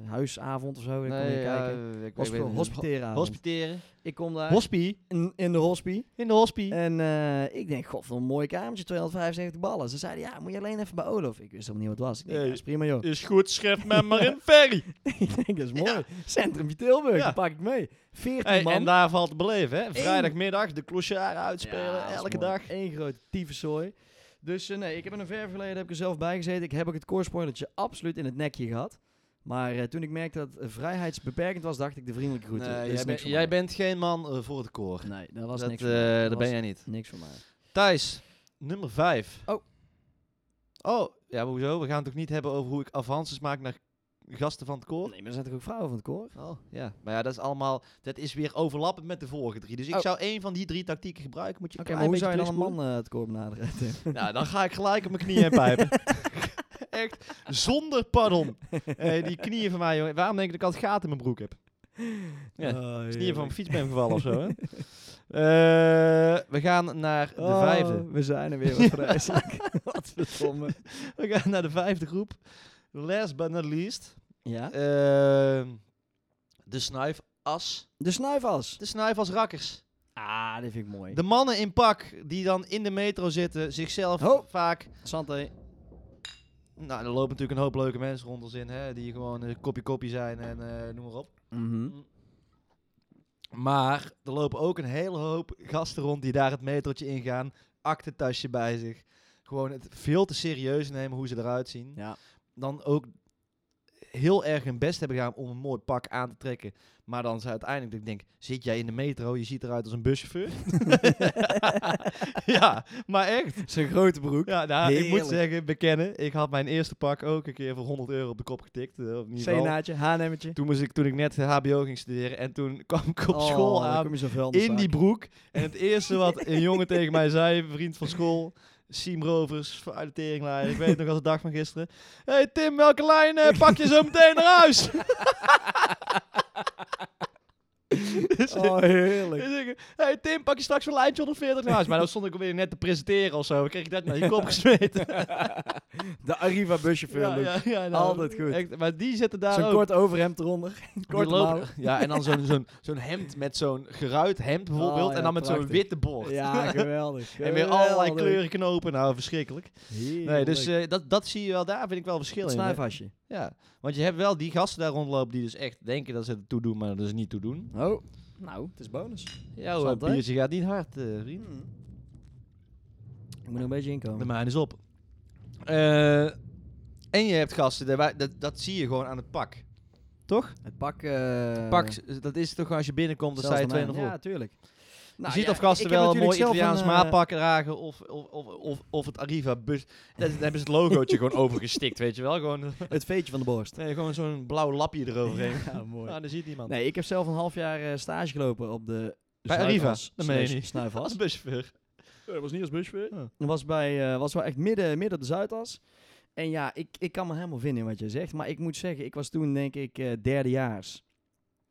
Speaker 2: huisavond of zo. Nee, ik kijken. Hosp hospiteeravond.
Speaker 1: Hospiteren.
Speaker 2: ik kom daar
Speaker 1: Hospie.
Speaker 2: in, in de hospie.
Speaker 1: Eh, In de hospie.
Speaker 2: En eh, ik denk, god, wat een mooi kamertje, 275 ballen. Ze zeiden, ja, moet je alleen even bij Olof. Ik wist helemaal niet wat het was. Ik denk,
Speaker 1: Nee.
Speaker 2: ja, is prima, joh.
Speaker 1: Is goed, schrijf me maar in ferry.
Speaker 2: ik denk, dat is mooi. Centrum van Tilburg,
Speaker 1: Ja.
Speaker 2: dat pak ik mee. 14
Speaker 1: Hey,
Speaker 2: man.
Speaker 1: en daar valt te beleven, hè? Vrijdagmiddag de clochard uitspelen,
Speaker 2: Ja, dat is
Speaker 1: elke
Speaker 2: mooi.
Speaker 1: dag.
Speaker 2: Eén grote tyfuszooi. Dus eh, nee, ik heb in een ver verleden heb ik er zelf bij gezeten. Ik heb ook het corespoilertje absoluut in het nekje gehad. Maar eh, toen ik merkte dat het vrijheidsbeperkend was, dacht ik de vriendelijke groeten.
Speaker 1: Nee,
Speaker 2: Dit is
Speaker 1: jij,
Speaker 2: niks
Speaker 1: bent-
Speaker 2: voor
Speaker 1: jij
Speaker 2: mij.
Speaker 1: bent geen man eh, voor het koor.
Speaker 2: Nee, dat was
Speaker 1: dat
Speaker 2: niks
Speaker 1: eh,
Speaker 2: voor mij.
Speaker 1: dat ben
Speaker 2: was
Speaker 1: jij niet.
Speaker 2: Niks voor mij.
Speaker 1: Thijs, nummer 5.
Speaker 2: Oh.
Speaker 1: Oh, ja, maar hoezo? We gaan het toch niet hebben over hoe ik avances maak naar gasten van het koor?
Speaker 2: Oh, Nee, maar er zijn toch ook vrouwen van het koor?
Speaker 1: Oh, ja. Maar ja, dat is allemaal... Dat is weer overlappend met de vorige drie. Dus ik
Speaker 2: Oh.
Speaker 1: zou één van die drie tactieken gebruiken. Moet je
Speaker 2: Oké,
Speaker 1: een klein
Speaker 2: maar hoe zou
Speaker 1: beetje
Speaker 2: je dan een
Speaker 1: terugspoelen.
Speaker 2: man eh, het koor benaderen? Tim?
Speaker 1: Nou, dan ga ik gelijk op mijn knieën en pijpen. Echt, zonder pardon. Eh, die knieën van mij, jongen. Waarom denk ik dat ik altijd gaten in mijn broek heb? Ja,
Speaker 2: Oh,
Speaker 1: Is niet van mijn
Speaker 2: heerlijk.
Speaker 1: fiets ben gevallen of zo, hè? Eh, we gaan naar de
Speaker 2: Oh,
Speaker 1: vijfde.
Speaker 2: We zijn er weer, wat vreselijk. wat verdomme.
Speaker 1: We gaan naar de vijfde groep. Last but not least.
Speaker 2: Ja,
Speaker 1: Ehm, de snuifas.
Speaker 2: de snuifas.
Speaker 1: De snuifasrakkers.
Speaker 2: Ah, dit vind ik mooi.
Speaker 1: De mannen in pak die dan in de metro zitten, zichzelf
Speaker 2: Ho.
Speaker 1: vaak...
Speaker 2: Santé.
Speaker 1: Nou, er lopen natuurlijk een hoop leuke mensen rond ons in, hè, die gewoon een kopje kopje zijn en eh, noem maar op.
Speaker 2: Mhm.
Speaker 1: Maar er lopen ook een hele hoop gasten rond die daar het metrootje ingaan. Aktentasje bij zich. gewoon het veel te serieus nemen hoe ze eruit zien.
Speaker 2: Ja.
Speaker 1: Dan ook heel erg hun best hebben gedaan om een mooi pak aan te trekken. Maar dan ze uiteindelijk dat ik denk, zit jij in de metro? Je ziet eruit als een buschauffeur. ja, maar echt.
Speaker 2: Zijn grote broek.
Speaker 1: Ja, nou, ik moet
Speaker 2: Heerlijk.
Speaker 1: zeggen, bekennen. Ik had mijn eerste pak ook een keer voor 100 euro op de kop getikt. eh, of in ieder geval.
Speaker 2: Zenaatje, haarnemmetje.
Speaker 1: Toen, moest ik, toen ik net de HBO ging studeren en toen kwam ik op
Speaker 2: Oh,
Speaker 1: school
Speaker 2: dan
Speaker 1: aan
Speaker 2: kom je zo vuil de
Speaker 1: in
Speaker 2: zak.
Speaker 1: die broek. En het eerste wat een jongen tegen mij zei, een vriend van school, Siem Rovers, uit de teringlaaier, ik weet het nog als de dag van gisteren. hey Tim, welke lijn eh, pak je zo meteen naar huis? Dus ik- dus
Speaker 2: Oh, heerlijk.
Speaker 1: ik denk, hey Tim, pak je straks wel lijntje 140 naar huis? Maar dan stond ik alweer net te presenteren of zo. Dan kreeg ik dat naar je kop gesmeten.
Speaker 2: De Arriva buschauffeur, Luc.
Speaker 1: ja, nou,
Speaker 2: Altijd goed.
Speaker 1: Echt, maar die zitten daar
Speaker 2: Zo'n
Speaker 1: ook.
Speaker 2: kort overhemd eronder.
Speaker 1: Die
Speaker 2: kort
Speaker 1: lopen-
Speaker 2: mouw.
Speaker 1: Ja, en dan zo'n zo'n zo'n hemd met zo'n geruit hemd bijvoorbeeld.
Speaker 2: Oh, ja,
Speaker 1: en dan met zo'n
Speaker 2: prachtig.
Speaker 1: witte bocht.
Speaker 2: Ja, geweldig.
Speaker 1: En weer allerlei
Speaker 2: geweldig.
Speaker 1: kleuren knopen. Nou, verschrikkelijk. Nee,
Speaker 2: Heerlijk.
Speaker 1: dus eh, dat, dat zie je wel. Daar vind ik wel
Speaker 2: Het
Speaker 1: verschil in. hè.
Speaker 2: snuifhasje.
Speaker 1: Ja, want je hebt wel die gasten daar rondlopen die dus echt denken dat ze het toe doen, maar dat is niet toe doen.
Speaker 2: Oh, nou, het is bonus.
Speaker 1: Jouw
Speaker 2: Interessant,
Speaker 1: eh,
Speaker 2: hè?
Speaker 1: biertje gaat niet hard, eh, vriend.
Speaker 2: Ik moet nog een beetje
Speaker 1: De
Speaker 2: inkomen.
Speaker 1: mijn is op. Eh, en je hebt gasten, daarbij- dat, dat zie je gewoon aan het pak. Toch?
Speaker 2: Het pak... eh
Speaker 1: pak, dat is toch als je binnenkomt, dan sta je 2-0 voor.
Speaker 2: Ja, tuurlijk.
Speaker 1: je
Speaker 2: Nou,
Speaker 1: ziet
Speaker 2: ja,
Speaker 1: of gasten
Speaker 2: ik heb
Speaker 1: wel een mooi
Speaker 2: natuurlijk zelf
Speaker 1: Italiaans
Speaker 2: een, eh,
Speaker 1: maatpak dragen of, of, of, of, of het Arriva bus. Dan hebben ze het logootje gewoon overgestikt, weet je wel. Gewoon, eh,
Speaker 2: Het veetje van de borst.
Speaker 1: nee, gewoon zo'n blauw lapje eroverheen.
Speaker 2: Ja, mooi.
Speaker 1: Nou, dan ziet niemand.
Speaker 2: Nee, ik heb zelf een half jaar eh, stage gelopen op de...
Speaker 1: Bij Arriva,
Speaker 2: Zuidas
Speaker 1: dat meen je
Speaker 2: slash
Speaker 1: niet.
Speaker 2: Snuifas.
Speaker 1: Als buschauffeur.
Speaker 2: Dat was niet als buschauffeur.
Speaker 1: Ja.
Speaker 2: Dat was, bij, eh, was wel echt midden, midden op de Zuidas. En ja, ik, ik kan me helemaal vinden in wat je zegt. Maar ik moet zeggen, ik was toen denk ik eh, derdejaars.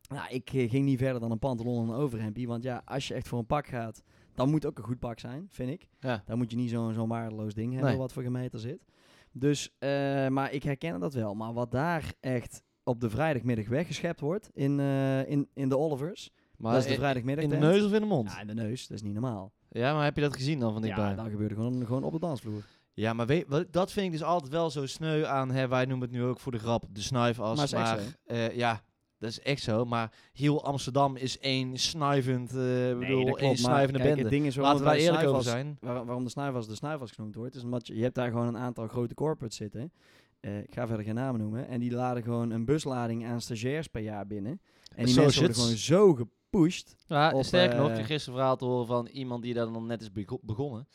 Speaker 2: Nou, ik eh, ging niet verder dan een pantalon en een overhemdje. Want ja, als je echt voor een pak gaat, dan moet ook een goed pak zijn, vind ik.
Speaker 1: Ja.
Speaker 2: Dan moet je niet zo'n zo'n waardeloos ding hebben
Speaker 1: Nee.
Speaker 2: wat voor gemeter zit. Dus, eh, maar ik herken dat wel. Maar wat daar echt op de vrijdagmiddag weggeschept wordt in, eh, in, in de Olivers.
Speaker 1: Maar
Speaker 2: dat is de
Speaker 1: in,
Speaker 2: vrijdagmiddag
Speaker 1: in de neus of in de mond?
Speaker 2: Ja, in de neus. Dat is niet normaal.
Speaker 1: Ja, maar heb je dat gezien dan van dichtbij?
Speaker 2: Ja, dat gebeurde gewoon, gewoon op de dansvloer.
Speaker 1: Ja, maar weet, wat, dat vind ik dus altijd wel zo sneu aan. Hè, wij noemen het nu ook voor de grap de snuifas.
Speaker 2: Maar
Speaker 1: Maar,
Speaker 2: is echt zo,
Speaker 1: eh, ja, dat is echt zo. Maar heel Amsterdam is één snuivend, eh bedoel, één snuivende bende.
Speaker 2: ding is waarom
Speaker 1: Laten we
Speaker 2: het
Speaker 1: daar
Speaker 2: bij
Speaker 1: eerlijk over
Speaker 2: snuifas-
Speaker 1: zijn.
Speaker 2: waar- waarom de snuifas de snuifas genoemd wordt, is omdat je, je hebt daar gewoon een aantal grote corporates zitten. Eh, ik ga verder geen namen noemen. En die laden gewoon een buslading aan stagiairs per jaar binnen. En die mensen worden
Speaker 1: Associates.
Speaker 2: gewoon zo gepusht.
Speaker 1: Ja,
Speaker 2: Of,
Speaker 1: sterker nog, ik
Speaker 2: eh,
Speaker 1: kreeg gisteren verhaal te horen van iemand die daar dan net is bego- begonnen.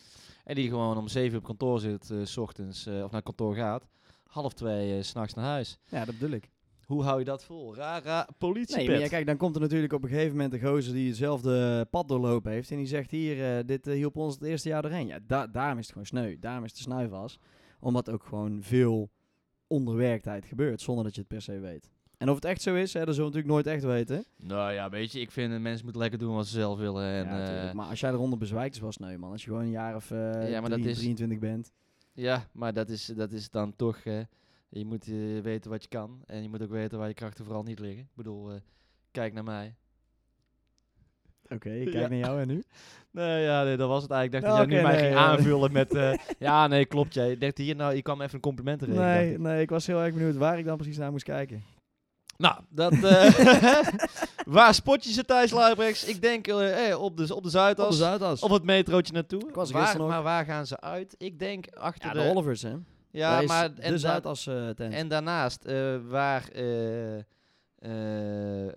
Speaker 1: En die gewoon om zeven uur op kantoor zit, eh, s ochtends, eh, of naar kantoor gaat. Half twee eh, 's s'nachts naar huis.
Speaker 2: Ja, dat bedoel ik.
Speaker 1: Hoe hou je dat vol? Raar, raar,
Speaker 2: Nee,
Speaker 1: politiepet.
Speaker 2: maar ja, kijk, dan komt er natuurlijk op een gegeven moment een gozer die hetzelfde eh, pad doorlopen heeft. En die zegt hier, eh, dit eh, hielp ons het eerste jaar doorheen. Ja, da- daarom is het gewoon sneu. Daarom is het de snuifas. Omdat ook gewoon veel onderwerktheid gebeurt zonder dat je het per se weet. En of het echt zo is, hè, dat zullen we natuurlijk nooit echt weten.
Speaker 1: Nou ja, weet je, ik vind eh, mensen moeten lekker doen wat ze zelf willen. En,
Speaker 2: ja, natuurlijk.
Speaker 1: eh,
Speaker 2: maar als jij eronder bezwijkt, is wel sneu, man. Als je gewoon een jaar of eh
Speaker 1: Ja, maar dat
Speaker 2: drie-
Speaker 1: is-
Speaker 2: 23 bent.
Speaker 1: Ja, maar dat is, dat is dan toch. eh, je moet eh, weten wat je kan. En je moet ook weten waar je krachten vooral niet liggen. Ik bedoel, eh, kijk naar mij.
Speaker 2: Oké, ik kijk
Speaker 1: Ja.
Speaker 2: naar jou en nu.
Speaker 1: Nee, ja, nee, dat was het eigenlijk. Ik dacht
Speaker 2: Oh,
Speaker 1: dat jij
Speaker 2: oké,
Speaker 1: nu mij
Speaker 2: nee,
Speaker 1: ging
Speaker 2: ja.
Speaker 1: aanvullen met. eh, ja, nee, klopt. Jij dacht hier, nou, je kwam even een complimenten regelen. dacht
Speaker 2: Nee,
Speaker 1: ik.
Speaker 2: nee, ik was heel erg benieuwd waar ik dan precies naar moest kijken.
Speaker 1: Nou, dat. eh, waar spot je ze thuis, Luibrechts? Ik denk eh, eh, op, de, op de Zuidas.
Speaker 2: Op de Zuidas.
Speaker 1: Op het metrootje naartoe.
Speaker 2: was er
Speaker 1: waar,
Speaker 2: gisteren nog.
Speaker 1: maar waar gaan ze uit? Ik denk achter
Speaker 2: ja,
Speaker 1: de.
Speaker 2: de Olivers, hè.
Speaker 1: ja,
Speaker 2: Daar is
Speaker 1: maar.
Speaker 2: de
Speaker 1: daar-
Speaker 2: Zuidas eh tent.
Speaker 1: En daarnaast, eh, waar, eh, eh, eh,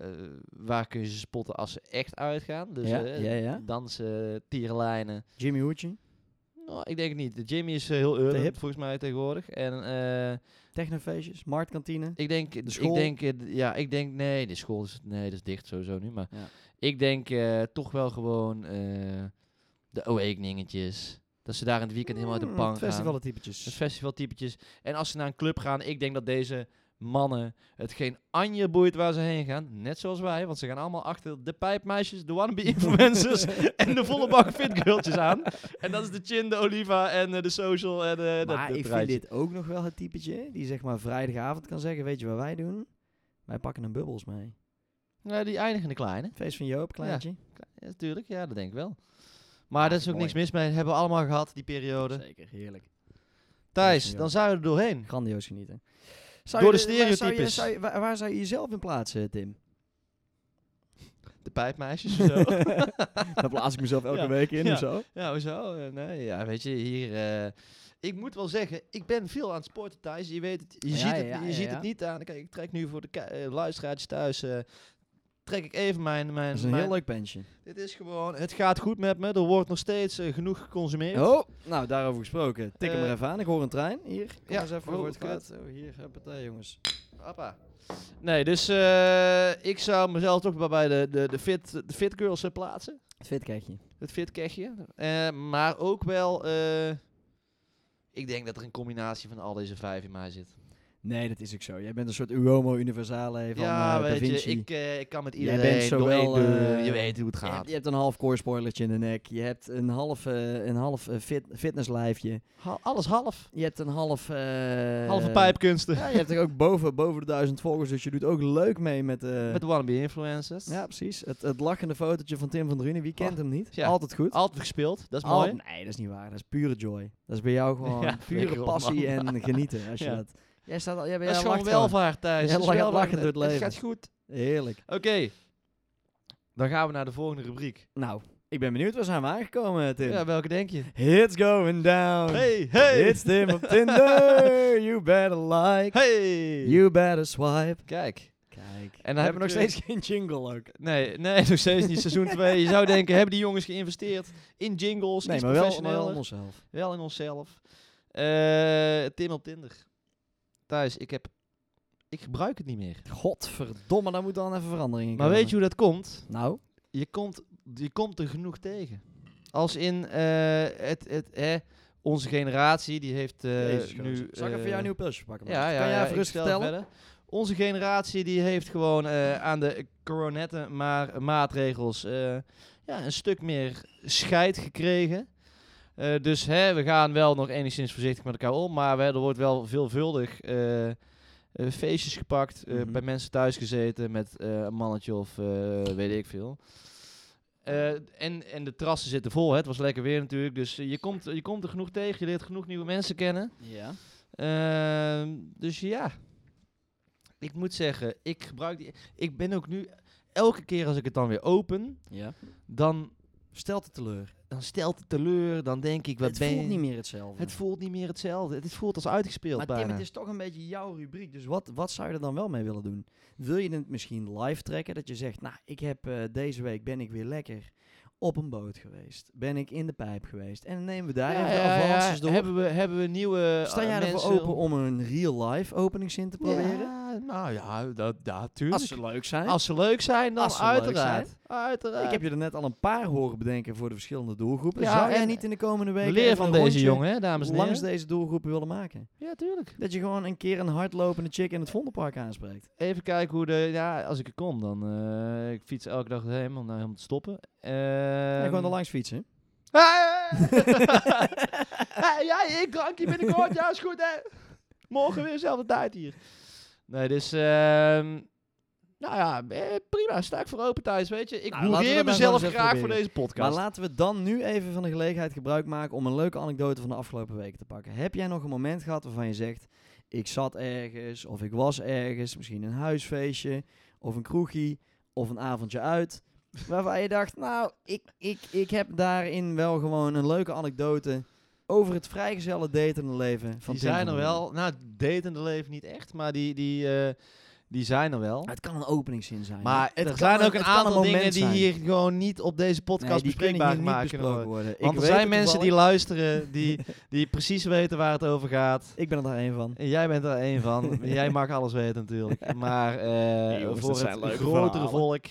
Speaker 1: waar kun je ze spotten als ze echt uitgaan? Dus
Speaker 2: Ja,
Speaker 1: eh,
Speaker 2: ja, ja.
Speaker 1: dansen, tierenlijnen.
Speaker 2: Jimmy Hoetje,
Speaker 1: Nou, ik denk het niet. De Jimmy is eh, heel early,
Speaker 2: hip.
Speaker 1: volgens mij tegenwoordig. En eh,
Speaker 2: technofeestjes, marktkantine.
Speaker 1: ik denk,
Speaker 2: school?
Speaker 1: ik denk, eh, d- ja, ik denk, nee, de school is, nee, dat is dicht sowieso nu. Maar
Speaker 2: Ja.
Speaker 1: ik denk eh, toch wel gewoon eh, de awakeningetjes. Dat ze daar in het weekend helemaal
Speaker 2: Hmm,
Speaker 1: uit de pan gaan.
Speaker 2: Festivalen
Speaker 1: Dus
Speaker 2: typetjes.
Speaker 1: festivaltypetjes. En als ze naar een club gaan, ik denk dat deze mannen het geen anje boeit waar ze heen gaan. Net zoals wij, want ze gaan allemaal achter de pijpmeisjes, de wannabe-influencers en de volle bak fitgirltjes aan. En dat is de Chin, de Oliva en eh, de Social en eh dat,
Speaker 2: Maar
Speaker 1: dat
Speaker 2: ik vind
Speaker 1: rijtje.
Speaker 2: dit ook nog wel het typetje die zeg maar vrijdagavond kan zeggen, weet je wat wij doen? Wij pakken een bubbels mee.
Speaker 1: Nou, die eindigen de kleine.
Speaker 2: Feest van Joop, kleintje.
Speaker 1: Ja, natuurlijk, ja, dat denk ik wel.
Speaker 2: Ja,
Speaker 1: Maar dat is ook
Speaker 2: Ah, mooi.
Speaker 1: niks mis mee. Hebben we allemaal gehad, die periode.
Speaker 2: Zeker, heerlijk.
Speaker 1: Thijs,
Speaker 2: Zeker.
Speaker 1: dan zijn we er doorheen.
Speaker 2: Grandioos genieten.
Speaker 1: Door
Speaker 2: je
Speaker 1: de
Speaker 2: waar zou je-
Speaker 1: stereotypes.
Speaker 2: zou je- waar, waar zou je jezelf in plaatsen, Tim?
Speaker 1: De pijpmeisjes of zo.
Speaker 2: Daar plaats ik mezelf elke
Speaker 1: Ja,
Speaker 2: week in
Speaker 1: ja.
Speaker 2: of zo.
Speaker 1: Ja, hoezo? Eh, Nee, ja, weet je, hier... eh, Ik moet wel zeggen, ik ben veel aan het sporten thuis. Je weet het, je
Speaker 2: Ja,
Speaker 1: ziet, het,
Speaker 2: ja,
Speaker 1: je
Speaker 2: ja,
Speaker 1: ziet
Speaker 2: ja.
Speaker 1: het niet aan. Kijk, ik trek nu voor de ki- eh, luisteraartjes thuis. eh, trek ik even mijn. mijn,
Speaker 2: Dat is een
Speaker 1: mijn-
Speaker 2: heel leuk pensje.
Speaker 1: Dit is gewoon. Het gaat goed met me. Er wordt nog steeds eh, genoeg geconsumeerd.
Speaker 2: Oh, nou daarover gesproken. Tik hem
Speaker 1: Eh,
Speaker 2: er even aan. Ik hoor een trein. Hier, kom
Speaker 1: ja,
Speaker 2: eens even
Speaker 1: oh,
Speaker 2: voor het
Speaker 1: kut.
Speaker 2: gaat. Oh, hier, huppatee jongens.
Speaker 1: Appa. Nee, dus eh, ik zou mezelf toch wel bij de, de, de, fit, de fit girls eh, plaatsen.
Speaker 2: Fit kijk je.
Speaker 1: Het fit kechje. Eh, maar ook wel. eh, ik denk dat er een combinatie van al deze vijf in mij zit.
Speaker 2: Nee, dat is ook zo. Jij bent een soort Uomo Universale van
Speaker 1: ja,
Speaker 2: eh, Da
Speaker 1: weet je,
Speaker 2: Vinci.
Speaker 1: ik, eh, ik kan met
Speaker 2: Jij
Speaker 1: iedereen.
Speaker 2: bent zowel,
Speaker 1: door één deur.
Speaker 2: eh,
Speaker 1: je weet hoe het
Speaker 2: Je
Speaker 1: gaat.
Speaker 2: hebt, je hebt een half core spoilertje in de nek. Je hebt een half, eh, een half eh, fit, fitnesslijfje.
Speaker 1: Ha- alles half.
Speaker 2: Je hebt een half... eh,
Speaker 1: Halve pijpkunsten.
Speaker 2: Ja, je hebt er ook boven, boven de duizend volgers. Dus je doet ook leuk mee met... eh,
Speaker 1: Met wannabe influencers.
Speaker 2: ja, precies. Het, het lachende fotootje van Tim van Drunen. Wie kent
Speaker 1: Oh,
Speaker 2: hem niet?
Speaker 1: ja.
Speaker 2: Altijd goed.
Speaker 1: Altijd gespeeld. Dat is
Speaker 2: Al-
Speaker 1: mooi.
Speaker 2: nee, dat is niet waar. Dat is pure joy. Dat is bij jou gewoon
Speaker 1: Ja,
Speaker 2: pure
Speaker 1: flikker op,
Speaker 2: passie
Speaker 1: man.
Speaker 2: en genieten. Als je
Speaker 1: Ja.
Speaker 2: dat... Jij staat al... Jij,
Speaker 1: Dat
Speaker 2: jij
Speaker 1: is gewoon
Speaker 2: lacht gewoon.
Speaker 1: welvaart thuis.
Speaker 2: Ja,
Speaker 1: Dat is
Speaker 2: lachen-
Speaker 1: welvaart.
Speaker 2: lachen door het leven.
Speaker 1: Het gaat goed.
Speaker 2: Heerlijk.
Speaker 1: Oké. Dan gaan we naar de volgende rubriek.
Speaker 2: Nou, ik ben benieuwd. Waar zijn we aangekomen, Tim?
Speaker 1: Ja, welke denk je?
Speaker 2: It's going down.
Speaker 1: Hey, hey.
Speaker 2: It's Tim op Tinder. You better like.
Speaker 1: Hey.
Speaker 2: You better swipe.
Speaker 1: Kijk.
Speaker 2: Kijk. En
Speaker 1: heb
Speaker 2: dan hebben we
Speaker 1: ik
Speaker 2: nog
Speaker 1: weer-
Speaker 2: steeds geen jingle ook.
Speaker 1: Nee, nee, nog steeds niet seizoen 2. Je zou denken, hebben die jongens geïnvesteerd in jingles,
Speaker 2: Nee,
Speaker 1: iets
Speaker 2: maar wel, maar
Speaker 1: professioneler?
Speaker 2: wel onszelf.
Speaker 1: Wel in onszelf. Eh, Tim op Tinder. Thuis, ik heb... Ik gebruik het niet meer.
Speaker 2: Godverdomme, daar moet dan even verandering in
Speaker 1: Maar weet je hoe dat komt?
Speaker 2: Nou,
Speaker 1: Je komt, je komt er genoeg tegen. Als in eh, het, het, eh, onze generatie, die heeft eh,
Speaker 2: Jezus,
Speaker 1: nu...
Speaker 2: gozer. Zal ik even
Speaker 1: eh,
Speaker 2: jouw nieuw pilsje pakken?
Speaker 1: Ja,
Speaker 2: maat?
Speaker 1: ja,
Speaker 2: kan jij
Speaker 1: ja,
Speaker 2: even
Speaker 1: ik
Speaker 2: rustig
Speaker 1: stel
Speaker 2: vertellen?
Speaker 1: verder. Onze generatie die heeft gewoon eh, aan de coronetten maar maatregels eh, ja, een stuk meer scheid gekregen. Eh, dus hè, we gaan wel nog enigszins voorzichtig met elkaar om, maar we- er wordt wel veelvuldig eh, eh, feestjes gepakt, eh,
Speaker 2: Mhm.
Speaker 1: bij mensen thuis gezeten met eh, een mannetje of eh, weet ik veel. Eh, en, en de terrassen zitten vol, hè. het was lekker weer natuurlijk, dus eh, je komt, je komt er genoeg tegen, je leert genoeg nieuwe mensen kennen.
Speaker 2: Ja.
Speaker 1: Ehm, dus ja, ik moet zeggen, ik gebruik die. Ik ben ook nu elke keer als ik het dan weer open,
Speaker 2: ja.
Speaker 1: dan,
Speaker 2: Stelt het teleur.
Speaker 1: dan stelt het teleur. Dan denk ik, wat
Speaker 2: het
Speaker 1: ben
Speaker 2: voelt
Speaker 1: je-
Speaker 2: niet meer hetzelfde.
Speaker 1: Het voelt niet meer hetzelfde. Het voelt als uitgespeeld
Speaker 2: maar Tim,
Speaker 1: bijna.
Speaker 2: het is toch een beetje jouw rubriek. Dus wat, wat zou je er dan wel mee willen doen? Wil je het misschien live trekken? Dat je zegt, nou, ik heb eh, deze week ben ik weer lekker op een boot geweest. Ben ik in de pijp geweest. En dan nemen we daar
Speaker 1: Ja,
Speaker 2: even
Speaker 1: ja, ja.
Speaker 2: avances door.
Speaker 1: Hebben we, hebben we nieuwe eh,
Speaker 2: Sta jij ervoor
Speaker 1: mensen
Speaker 2: open om een real life openingszin te proberen?
Speaker 1: Ja, nou ja, dat, dat tuurlijk.
Speaker 2: Als ze leuk zijn.
Speaker 1: Als ze leuk zijn, dan
Speaker 2: Als ze leuk
Speaker 1: uiteraard. Uiteraard.
Speaker 2: Ik heb je er net al een paar horen bedenken voor de verschillende doelgroepen.
Speaker 1: Ja,
Speaker 2: Zou jij
Speaker 1: en-
Speaker 2: niet in de komende weken
Speaker 1: Leer
Speaker 2: even
Speaker 1: van
Speaker 2: een
Speaker 1: deze
Speaker 2: rondje
Speaker 1: jongen, hè, dames en
Speaker 2: langs
Speaker 1: heren.
Speaker 2: deze doelgroepen willen maken?
Speaker 1: Ja, tuurlijk.
Speaker 2: Dat je gewoon een keer een hardlopende chick in het Vondelpark aanspreekt.
Speaker 1: Even kijken hoe de... Ja, als ik er kom, dan... eh, ik fiets elke dag helemaal om, om te stoppen.
Speaker 2: en
Speaker 1: Ehm,
Speaker 2: gewoon er langs fietsen.
Speaker 1: Hey! hey, jij, ik drankje binnenkort. Ja, is goed, hè. Morgen weer dezelfde tijd hier. Nee, dus... ehm, nou ja, eh, prima. Sta ik voor open thuis, weet je. Ik
Speaker 2: Nou,
Speaker 1: nou,
Speaker 2: laten we dat nou
Speaker 1: mezelf
Speaker 2: eens even
Speaker 1: graag voor
Speaker 2: proberen.
Speaker 1: deze podcast.
Speaker 2: Maar laten we dan nu even van de gelegenheid gebruik maken om een leuke anekdote van de afgelopen weken te pakken. Heb jij nog een moment gehad waarvan je zegt, ik zat ergens of ik was ergens, misschien een huisfeestje of een kroegie of een avondje uit. Waarvan je dacht, nou, ik, ik, ik heb daarin wel gewoon een leuke anekdote over het vrijgezellen datende leven van
Speaker 1: die
Speaker 2: Tim
Speaker 1: zijn
Speaker 2: van
Speaker 1: er
Speaker 2: der Linden.
Speaker 1: wel. Nou, datende leven niet echt, maar die, die, eh, die zijn er wel.
Speaker 2: Maar Het kan een openingszin zijn.
Speaker 1: Maar
Speaker 2: hè? Het
Speaker 1: er
Speaker 2: kan
Speaker 1: zijn ook een
Speaker 2: het kan
Speaker 1: aantal
Speaker 2: moment
Speaker 1: dingen die
Speaker 2: zijn.
Speaker 1: hier gewoon niet op deze podcast
Speaker 2: Nee, die kunnen hier
Speaker 1: bespreekbaar gemaakt
Speaker 2: niet
Speaker 1: kunnen
Speaker 2: besproken
Speaker 1: worden.
Speaker 2: worden. Ik
Speaker 1: Want er
Speaker 2: weet
Speaker 1: zijn
Speaker 2: het
Speaker 1: mensen die
Speaker 2: toevallig.
Speaker 1: luisteren, die, die precies weten waar het over gaat.
Speaker 2: Ik ben er daar één van.
Speaker 1: En jij bent er één van. jij mag alles weten natuurlijk. Maar eh,
Speaker 2: jongens,
Speaker 1: voor
Speaker 2: dat zijn
Speaker 1: het
Speaker 2: leuke
Speaker 1: grotere
Speaker 2: verhalen.
Speaker 1: volk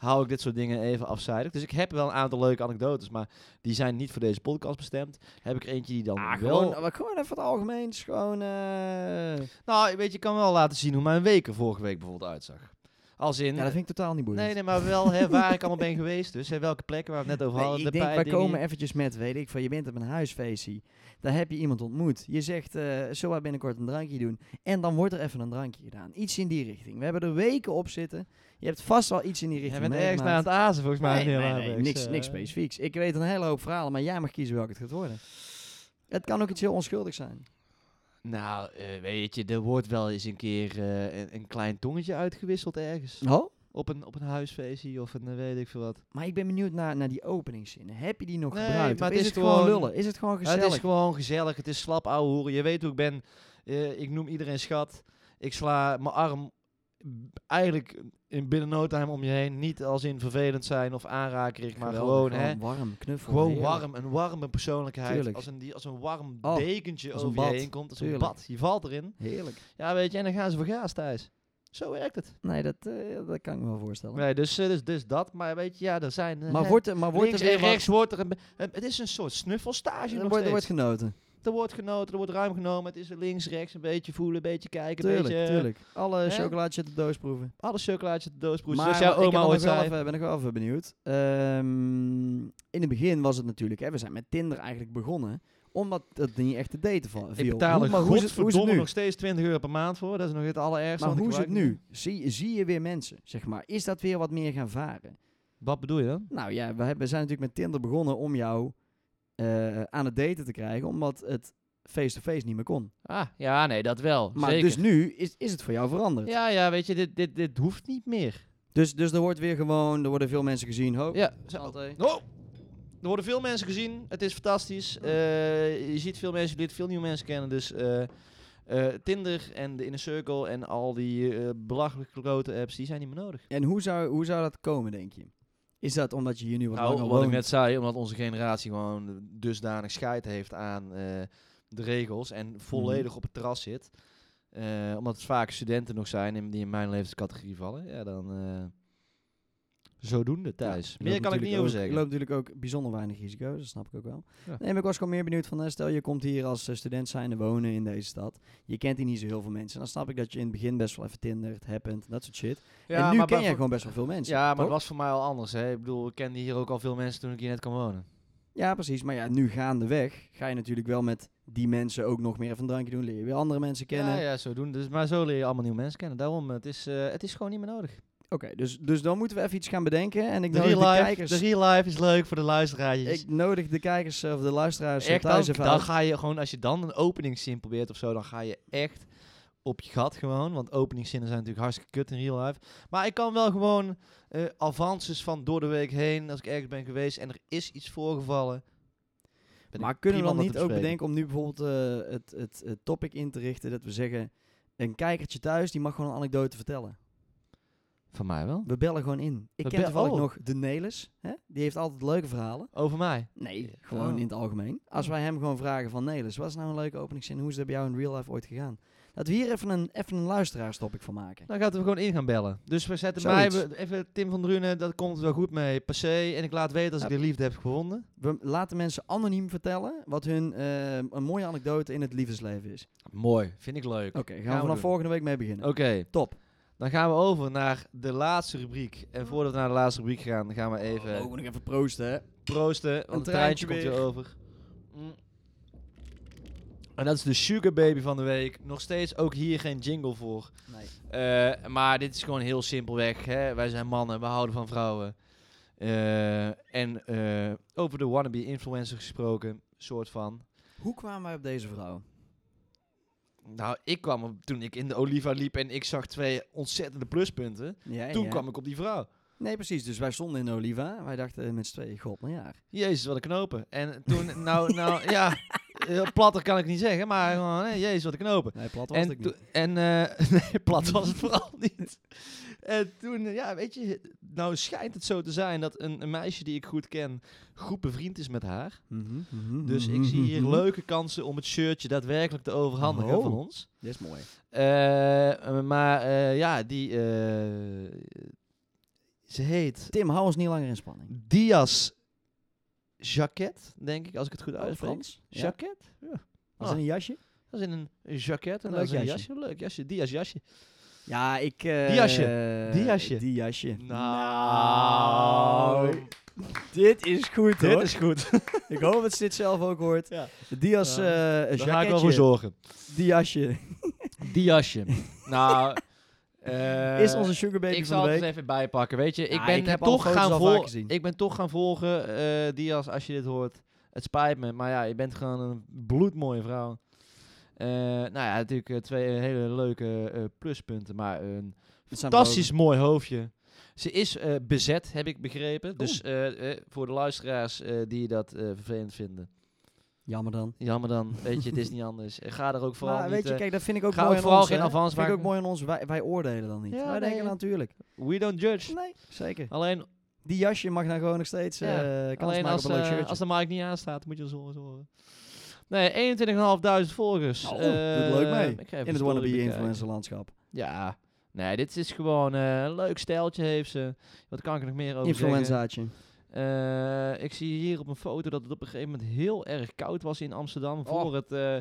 Speaker 1: hou ik dit soort dingen even afzijdig. Dus ik heb wel een aantal leuke anekdotes, maar die zijn niet voor deze podcast bestemd. Heb ik er eentje die dan
Speaker 2: Ah,
Speaker 1: wel...
Speaker 2: gewoon, maar gewoon even het algemeen. is Gewoon, eh,
Speaker 1: Nou, weet je, ik kan wel laten zien hoe mijn week er vorige week bijvoorbeeld uitzag. Als in...
Speaker 2: Ja, dat vind ik totaal niet boeiend.
Speaker 1: Nee, nee, maar wel hè, waar ik allemaal ben geweest. Dus hè, welke plekken waar we het net over
Speaker 2: Nee,
Speaker 1: hadden.
Speaker 2: ik
Speaker 1: de
Speaker 2: denk, wij
Speaker 1: pijpdingen.
Speaker 2: komen eventjes met, weet ik, van je bent op een huisfeestje. Daar heb je iemand ontmoet. Je zegt, eh zullen wij binnenkort een drankje doen? En dan wordt er even een drankje gedaan. Iets in die richting. We hebben er weken op zitten. Je hebt vast wel iets in die
Speaker 1: Jij
Speaker 2: richting
Speaker 1: bent ergens naar aan
Speaker 2: meegemaakt.
Speaker 1: het azen volgens mij.
Speaker 2: Nee,
Speaker 1: meneer
Speaker 2: nee, nee,
Speaker 1: Laarbeeks.
Speaker 2: niks,
Speaker 1: Eh,
Speaker 2: niks specifieks. Ik weet een hele hoop verhalen, maar jij mag kiezen welke het gaat worden. Het kan ook iets heel onschuldigs zijn.
Speaker 1: Nou, eh, weet je, er wordt wel eens een keer eh, een, een klein tongetje uitgewisseld ergens.
Speaker 2: Oh?
Speaker 1: Op een, op een huisfeestje of een eh, weet ik veel wat.
Speaker 2: Maar ik ben benieuwd naar, naar die openingszinnen. Heb je die nog
Speaker 1: Nee,
Speaker 2: gebruikt?
Speaker 1: maar
Speaker 2: Of
Speaker 1: het
Speaker 2: is
Speaker 1: is
Speaker 2: het gewoon
Speaker 1: gewoon-
Speaker 2: lullen? Is het gewoon
Speaker 1: Ja,
Speaker 2: gezellig?
Speaker 1: het is gewoon gezellig. Het is slap ouwe hoeren. Je weet hoe ik ben. Eh, ik noem iedereen schat. Ik sla mijn arm b- eigenlijk in binnen no time om je heen. Niet als in vervelend zijn of aanrakerig, maar
Speaker 2: Geweldig,
Speaker 1: gewoon, hè.
Speaker 2: warm, knuffel.
Speaker 1: Gewoon
Speaker 2: heerlijk.
Speaker 1: warm, een warme persoonlijkheid.
Speaker 2: Tuurlijk.
Speaker 1: Als een, die, als een warm
Speaker 2: Oh,
Speaker 1: dekentje
Speaker 2: als een
Speaker 1: over je
Speaker 2: bad.
Speaker 1: heen komt. Als
Speaker 2: Tuurlijk.
Speaker 1: een bad. Je valt erin.
Speaker 2: Heerlijk.
Speaker 1: Ja, weet je, en dan gaan ze vergaas thuis. Zo werkt het.
Speaker 2: Nee, dat, eh, dat kan ik me wel voorstellen.
Speaker 1: Nee, dus, eh, dus, dus dat. Maar weet je, ja, er zijn... eh,
Speaker 2: maar
Speaker 1: hè,
Speaker 2: wordt er, maar wordt er
Speaker 1: links
Speaker 2: weer
Speaker 1: en
Speaker 2: wat-
Speaker 1: rechts wordt er een... be- eh, Het het is een soort snuffelstage nog
Speaker 2: er wordt,
Speaker 1: steeds.
Speaker 2: er wordt genoten.
Speaker 1: Er wordt genoten, er wordt ruim genomen. Het is links, rechts, een beetje voelen, een beetje kijken.
Speaker 2: Tuurlijk,
Speaker 1: een beetje, eh,
Speaker 2: tuurlijk. Alle
Speaker 1: hè?
Speaker 2: chocolaatjes uit de doos proeven.
Speaker 1: Alles chocolaatje uit de doos proeven.
Speaker 2: Maar
Speaker 1: Zoals
Speaker 2: ik
Speaker 1: jouw
Speaker 2: ben
Speaker 1: oma
Speaker 2: nog
Speaker 1: ooit
Speaker 2: wel
Speaker 1: zei.
Speaker 2: even- ben ik wel even benieuwd. Ehm, in het begin was het natuurlijk, hè, we zijn met Tinder eigenlijk begonnen, omdat het niet echt te daten va- viel.
Speaker 1: Ik betaal
Speaker 2: Hoe-
Speaker 1: er
Speaker 2: maar hoe is het, hoe is het
Speaker 1: godverdomme
Speaker 2: nu?
Speaker 1: nog steeds 20 euro per maand voor. Dat is nog het allerergste.
Speaker 2: Maar
Speaker 1: want
Speaker 2: hoe
Speaker 1: ik
Speaker 2: is het
Speaker 1: gebruik
Speaker 2: nu? Zie, zie je weer mensen, zeg maar. Is dat weer wat meer gaan varen?
Speaker 1: Wat bedoel je dan?
Speaker 2: Nou ja, we, hebben, we zijn natuurlijk met Tinder begonnen om jou eh, aan het daten te krijgen, omdat het face-to-face niet meer kon.
Speaker 1: Ah, ja, nee, dat wel.
Speaker 2: Maar
Speaker 1: Oh, zeker.
Speaker 2: dus nu is, is het voor jou veranderd.
Speaker 1: Ja, ja, weet je, dit, dit, dit hoeft niet meer.
Speaker 2: Dus, dus er wordt weer gewoon, er worden veel mensen gezien. Ho,
Speaker 1: Ja.
Speaker 2: Santé.
Speaker 1: Oh! Er worden veel mensen gezien. Het is fantastisch. Eh, je ziet veel mensen, je leert veel nieuwe mensen kennen. Dus eh, eh, Tinder en de Inner Circle en al die eh belachelijke grote apps, die zijn niet meer nodig.
Speaker 2: En hoe zou, hoe zou dat komen, denk je? Is dat omdat je hier nu wat
Speaker 1: Nou,
Speaker 2: langer
Speaker 1: wat
Speaker 2: woont?
Speaker 1: ik net zei, omdat onze generatie gewoon dusdanig scheid heeft aan eh, de regels en volledig op het terras zit. Eh, omdat het vaak studenten nog zijn in- die in mijn leeftijdscategorie vallen. Ja, dan eh, zodoende thuis.
Speaker 2: Je
Speaker 1: Meer
Speaker 2: loopt
Speaker 1: kan ik
Speaker 2: natuurlijk
Speaker 1: niet over
Speaker 2: ook-
Speaker 1: zeggen.
Speaker 2: Je loopt natuurlijk ook bijzonder weinig risico, dat snap ik ook wel.
Speaker 1: Ja.
Speaker 2: Nee, maar ik was gewoon meer benieuwd van, hè, stel je komt hier als eh, student zijnde wonen in deze stad. Je kent hier niet zo heel veel mensen. Dan snap ik dat je in het begin best wel even tindert, happent, dat soort shit. en nu ken jij gewoon best wel veel mensen.
Speaker 1: Ja, maar
Speaker 2: toch?
Speaker 1: het was voor mij al anders. Hè? Ik bedoel, ik kende hier ook al veel mensen toen ik hier net kwam wonen.
Speaker 2: Ja, precies. Maar ja, nu gaandeweg ga je natuurlijk wel met die mensen ook nog meer even een drankje doen. Leer je weer andere mensen kennen.
Speaker 1: Ja, ja, zodoende. Dus, maar zo leer je allemaal nieuwe mensen kennen. Daarom, het is, eh, het is gewoon niet meer nodig.
Speaker 2: Oké, dus, dus dan moeten we even iets gaan bedenken. En ik
Speaker 1: De
Speaker 2: nodig de
Speaker 1: real, life,
Speaker 2: kijkers...
Speaker 1: de real life is leuk voor de luisteraartjes.
Speaker 2: Ik nodig de kijkers eh, of de luisteraars eh,
Speaker 1: echt
Speaker 2: thuis
Speaker 1: dan,
Speaker 2: even
Speaker 1: dan
Speaker 2: uit.
Speaker 1: ga je gewoon, als je dan een openingszin probeert of zo, dan ga je echt op je gat gewoon. Want openingszinnen zijn natuurlijk hartstikke kut in real life. Maar ik kan wel gewoon eh, avances van door de week heen, als ik ergens ben geweest en er is iets voorgevallen. ben
Speaker 2: Maar
Speaker 1: ik
Speaker 2: kunnen
Speaker 1: prima
Speaker 2: we dan
Speaker 1: om
Speaker 2: niet
Speaker 1: dat te
Speaker 2: ook
Speaker 1: bespreken.
Speaker 2: bedenken om nu bijvoorbeeld eh, het, het, het topic in te richten dat we zeggen, een kijkertje thuis die mag gewoon een anekdote vertellen.
Speaker 1: Van mij wel.
Speaker 2: We bellen gewoon in. Ik
Speaker 1: We
Speaker 2: ken
Speaker 1: bel-
Speaker 2: toevallig
Speaker 1: oh.
Speaker 2: nog de Nelis, hè? die heeft altijd leuke verhalen.
Speaker 1: Over mij.
Speaker 2: Nee,
Speaker 1: Ja.
Speaker 2: gewoon
Speaker 1: Oh.
Speaker 2: in het algemeen. Als wij hem gewoon vragen van Nelis, wat is nou een leuke openingszin? Hoe is dat bij jou in real life ooit gegaan? Dat we hier even een, even een luisteraarstopic van maken.
Speaker 1: Dan gaat we gewoon in gaan bellen. Dus we zetten mij,
Speaker 2: Zoiets.
Speaker 1: we- even Tim van Drunen, dat komt wel goed mee. Passé. En ik laat weten als ik
Speaker 2: Ja.
Speaker 1: de liefde heb gevonden.
Speaker 2: We laten mensen anoniem vertellen wat hun eh, een mooie anekdote in het liefdesleven is.
Speaker 1: Mooi. Vind ik leuk.
Speaker 2: Oké,
Speaker 1: Oké.
Speaker 2: gaan,
Speaker 1: Gaan we
Speaker 2: we dan
Speaker 1: doen.
Speaker 2: volgende week mee beginnen. Top.
Speaker 1: Oh. Dan gaan we over naar de laatste rubriek. En voordat we naar de laatste rubriek gaan, gaan we even...
Speaker 2: Oh, we nog even proosten, hè?
Speaker 1: Proosten, want
Speaker 2: Een
Speaker 1: het treintje,
Speaker 2: treintje
Speaker 1: komt weer over. Mm. En dat is de Sugar Baby van de week. Nog steeds ook hier geen jingle voor.
Speaker 2: Nee.
Speaker 1: Eh, maar dit is gewoon heel simpelweg. Hè? Wij zijn mannen, we houden van vrouwen. Eh, en eh, over de wannabe influencer gesproken, soort van.
Speaker 2: Hoe kwamen wij op deze vrouw?
Speaker 1: Nou, ik kwam op, toen ik in de Oliva liep en ik zag twee ontzettende pluspunten.
Speaker 2: Ja,
Speaker 1: Toen kwam ik op die vrouw.
Speaker 2: Nee, precies. Dus wij stonden in Oliva. Wij dachten met z'n tweeën, god, maar ja.
Speaker 1: Jezus, wat een knopen. En toen, nou, nou ja, heel platter kan ik niet zeggen, maar gewoon, hè, jezus, wat een knopen.
Speaker 2: Nee, plat was
Speaker 1: En,
Speaker 2: ik
Speaker 1: toe- en eh, nee, plat was het vooral niet. En toen, eh, ja, weet je, nou schijnt het zo te zijn dat een, een meisje die ik goed ken goed bevriend is met haar.
Speaker 2: Mhm,
Speaker 1: Dus ik zie hier leuke kansen om het shirtje daadwerkelijk te overhandigen
Speaker 2: Oh.
Speaker 1: van ons.
Speaker 2: Dit is mooi.
Speaker 1: Eh, maar eh, ja, die, eh, ze heet
Speaker 2: Tim, hou ons niet langer in spanning.
Speaker 1: Diaz Jacket, denk ik, als ik het goed uitspreek.
Speaker 2: Oh, Ja.
Speaker 1: Jacket? Ja.
Speaker 2: Was
Speaker 1: Oh.
Speaker 2: dat een jasje?
Speaker 1: Dat is in een jacket en
Speaker 2: Een
Speaker 1: dat is
Speaker 2: leuk
Speaker 1: een
Speaker 2: jasje.
Speaker 1: jasje. Leuk jasje, Diaz jasje.
Speaker 2: Ja, ik... eh,
Speaker 1: Die jasje. Die jasje.
Speaker 2: Die jasje.
Speaker 1: Nou,
Speaker 2: Nou, Dit is goed,
Speaker 1: dit
Speaker 2: hoor.
Speaker 1: is goed.
Speaker 2: Ik hoop dat ze dit zelf ook hoort.
Speaker 1: Ja.
Speaker 2: Dias
Speaker 1: Ja.
Speaker 2: eh
Speaker 1: Daar ga ik wel
Speaker 2: jacketje.
Speaker 1: voor zorgen.
Speaker 2: Die jasje.
Speaker 1: Die jasje. nou, eh,
Speaker 2: is onze sugar
Speaker 1: ik
Speaker 2: baby van de
Speaker 1: zal het
Speaker 2: week.
Speaker 1: eens even bijpakken. Weet je, ik
Speaker 2: Ja,
Speaker 1: ben
Speaker 2: ik heb alle
Speaker 1: toch
Speaker 2: foto's
Speaker 1: gaan
Speaker 2: al vaker
Speaker 1: volgen.
Speaker 2: gezien.
Speaker 1: Ik ben toch gaan volgen, eh Diaz, als je dit hoort. Het spijt me, maar ja, je bent gewoon een bloedmooie vrouw. Eh, nou ja, natuurlijk eh, twee hele leuke eh, pluspunten, maar een
Speaker 2: Het zijn
Speaker 1: fantastisch mooi hoofdje. Ze is eh, bezet, heb ik begrepen. Dus eh, eh, voor de luisteraars eh, die dat eh, vervelend vinden.
Speaker 2: Jammer dan.
Speaker 1: Jammer dan, weet je, het is niet anders. Eh, Ga er ook vooral
Speaker 2: maar
Speaker 1: niet...
Speaker 2: weet je,
Speaker 1: eh,
Speaker 2: kijk, dat vind ik ook
Speaker 1: ga
Speaker 2: mooi
Speaker 1: ook
Speaker 2: aan
Speaker 1: vooral
Speaker 2: ons,
Speaker 1: geen
Speaker 2: hè.
Speaker 1: avans
Speaker 2: vind ik ook
Speaker 1: maken.
Speaker 2: mooi aan ons. Wij, wij oordelen dan niet.
Speaker 1: Ja,
Speaker 2: wij denken
Speaker 1: nee.
Speaker 2: natuurlijk.
Speaker 1: we don't judge.
Speaker 2: Nee, zeker.
Speaker 1: Alleen,
Speaker 2: Die jasje mag nou gewoon nog steeds eh
Speaker 1: Ja,
Speaker 2: kans
Speaker 1: alleen
Speaker 2: maken
Speaker 1: als,
Speaker 2: op een leuk
Speaker 1: eh,
Speaker 2: shirtje.
Speaker 1: als de markt niet aanstaat, moet je er zorgen horen. Nee, 21.500 volgers. Eh,
Speaker 2: Nou, doe het leuk mee.
Speaker 1: ik ga even
Speaker 2: in het
Speaker 1: story
Speaker 2: wannabe
Speaker 1: bekijken.
Speaker 2: influencer landschap.
Speaker 1: Ja. Nee, dit is gewoon eh, een leuk stijltje heeft ze. Wat kan ik er nog meer over zeggen?
Speaker 2: Influenzaatje.
Speaker 1: Eh, ik zie hier op een foto dat het op een gegeven moment heel erg koud was in Amsterdam. Voor het... eh,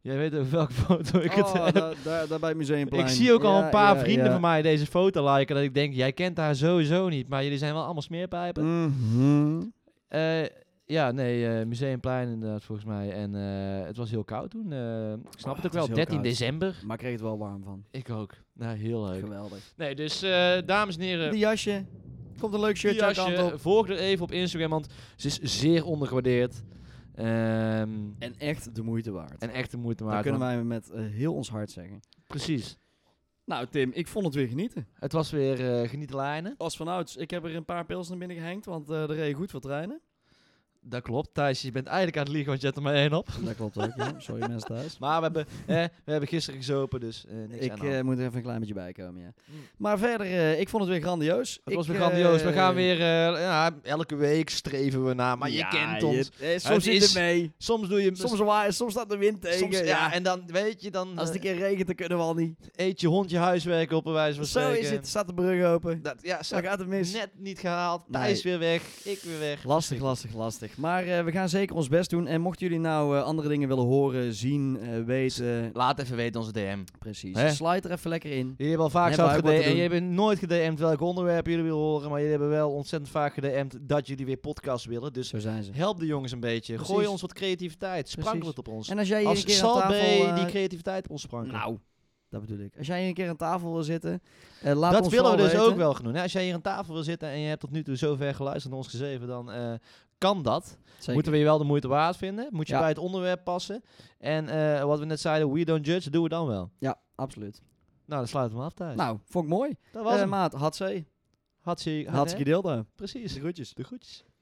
Speaker 1: jij weet over welke foto ik het
Speaker 2: Oh,
Speaker 1: heb.
Speaker 2: daar, daar, daar bij het museumplein.
Speaker 1: Ik zie ook al
Speaker 2: Ja,
Speaker 1: een paar
Speaker 2: ja,
Speaker 1: vrienden
Speaker 2: ja.
Speaker 1: van mij deze foto liken. Dat ik denk, jij kent haar sowieso niet. Maar jullie zijn wel allemaal smeerpijpen.
Speaker 2: Mhm.
Speaker 1: Eh, ja, nee, eh Museumplein inderdaad volgens mij. En eh, het was heel koud toen. eh, ik snap het ook
Speaker 2: Oh, het is
Speaker 1: wel.
Speaker 2: heel
Speaker 1: 13
Speaker 2: koud.
Speaker 1: december.
Speaker 2: Maar ik kreeg het wel warm van.
Speaker 1: Ik ook. Nou, heel leuk.
Speaker 2: Geweldig.
Speaker 1: Nee, dus eh, dames en heren,
Speaker 2: Die jasje. Komt een leuk
Speaker 1: die
Speaker 2: shirtje aan
Speaker 1: jasje,
Speaker 2: kant op.
Speaker 1: volg er even op Instagram, want ze is zeer ondergewaardeerd. Ehm,
Speaker 2: En echt de moeite waard.
Speaker 1: en echt de moeite
Speaker 2: dat
Speaker 1: waard.
Speaker 2: kunnen
Speaker 1: want-
Speaker 2: wij met eh, heel ons hart zeggen.
Speaker 1: Precies.
Speaker 2: Nou Tim, ik vond het weer genieten.
Speaker 1: Het was weer eh, genieten lijnen.
Speaker 2: Als vanouds, ik heb er een paar pils naar binnen gehangt, want eh er reed goed wat treinen.
Speaker 1: Dat klopt, Thijs. Je bent eigenlijk aan het liegen, want je hebt er maar één op.
Speaker 2: Dat klopt ook, ja. sorry mensen thuis.
Speaker 1: Maar we hebben, eh, we hebben gisteren gezopen, dus eh, niks aan
Speaker 2: Ik
Speaker 1: de hand.
Speaker 2: eh, moet er even een klein beetje bij komen, ja.
Speaker 1: Hm.
Speaker 2: Mm. Maar verder, eh, ik vond het weer grandioos.
Speaker 1: Het
Speaker 2: Ik,
Speaker 1: was weer
Speaker 2: eh,
Speaker 1: grandioos. We gaan weer, eh, ja, elke week streven we naar, maar
Speaker 2: ja,
Speaker 1: je kent ons.
Speaker 2: eh,
Speaker 1: Het
Speaker 2: soms zit
Speaker 1: is-
Speaker 2: het mee.
Speaker 1: Soms doe je...
Speaker 2: Soms waar, soms staat de wind tegen.
Speaker 1: soms- ja,
Speaker 2: ja,
Speaker 1: en dan weet je, dan
Speaker 2: als het
Speaker 1: eh,
Speaker 2: een keer regent, dan kunnen we al niet.
Speaker 1: eet je hond je huiswerk op een wijze van
Speaker 2: Zo
Speaker 1: spreken.
Speaker 2: is het. Staat de brug open.
Speaker 1: Dat, ja,
Speaker 2: Zo gaat het mis.
Speaker 1: net niet gehaald.
Speaker 2: Nee.
Speaker 1: Thijs weer weg. Ik weer weg.
Speaker 2: Lastig, lastig, lastig. Maar eh, we gaan zeker ons best doen. En mochten jullie nou eh, andere dingen willen horen, zien, eh, weten.
Speaker 1: Laat even weten onze DM.
Speaker 2: Precies.
Speaker 1: Hè?
Speaker 2: Sluit er even lekker in.
Speaker 1: Jullie hebben al vaak
Speaker 2: We
Speaker 1: zelf
Speaker 2: hebben ook wat te
Speaker 1: gedm'd en
Speaker 2: doen.
Speaker 1: jullie hebben nooit gedm'd welke onderwerpen jullie willen horen. Maar jullie hebben wel ontzettend vaak gedm'd dat jullie weer podcasts willen. Dus
Speaker 2: Zo zijn ze.
Speaker 1: help de jongens een beetje.
Speaker 2: Precies.
Speaker 1: Gooi ons wat creativiteit. Sprankel het op ons.
Speaker 2: En als jij hier
Speaker 1: Als
Speaker 2: een keer aan
Speaker 1: Sal B
Speaker 2: tafel... eh,
Speaker 1: die creativiteit op ons sprankelt.
Speaker 2: nou, dat bedoel ik. Als jij hier een keer aan tafel wil zitten, eh, laat
Speaker 1: dat
Speaker 2: ons
Speaker 1: willen we
Speaker 2: vooral
Speaker 1: dus
Speaker 2: weten.
Speaker 1: ook wel genoeg. Als jij hier aan tafel wil zitten en je hebt tot nu toe zo ver geluisterd naar ons gezeven, dan eh, kan dat.
Speaker 2: Zeker.
Speaker 1: Moeten we je wel de moeite waard vinden? Moet je
Speaker 2: Ja.
Speaker 1: bij het onderwerp passen? En eh, wat we net zeiden, we don't judge, doen we dan wel.
Speaker 2: Ja, absoluut.
Speaker 1: Nou, dan sluiten we hem af thuis.
Speaker 2: Nou, vond ik mooi.
Speaker 1: dat was
Speaker 2: Eh
Speaker 1: hem.
Speaker 2: maat, had ze.
Speaker 1: Hartstikke,
Speaker 2: Had ze
Speaker 1: hartstikke.
Speaker 2: gedeeld.
Speaker 1: Precies.
Speaker 2: groetjes.
Speaker 1: De groetjes.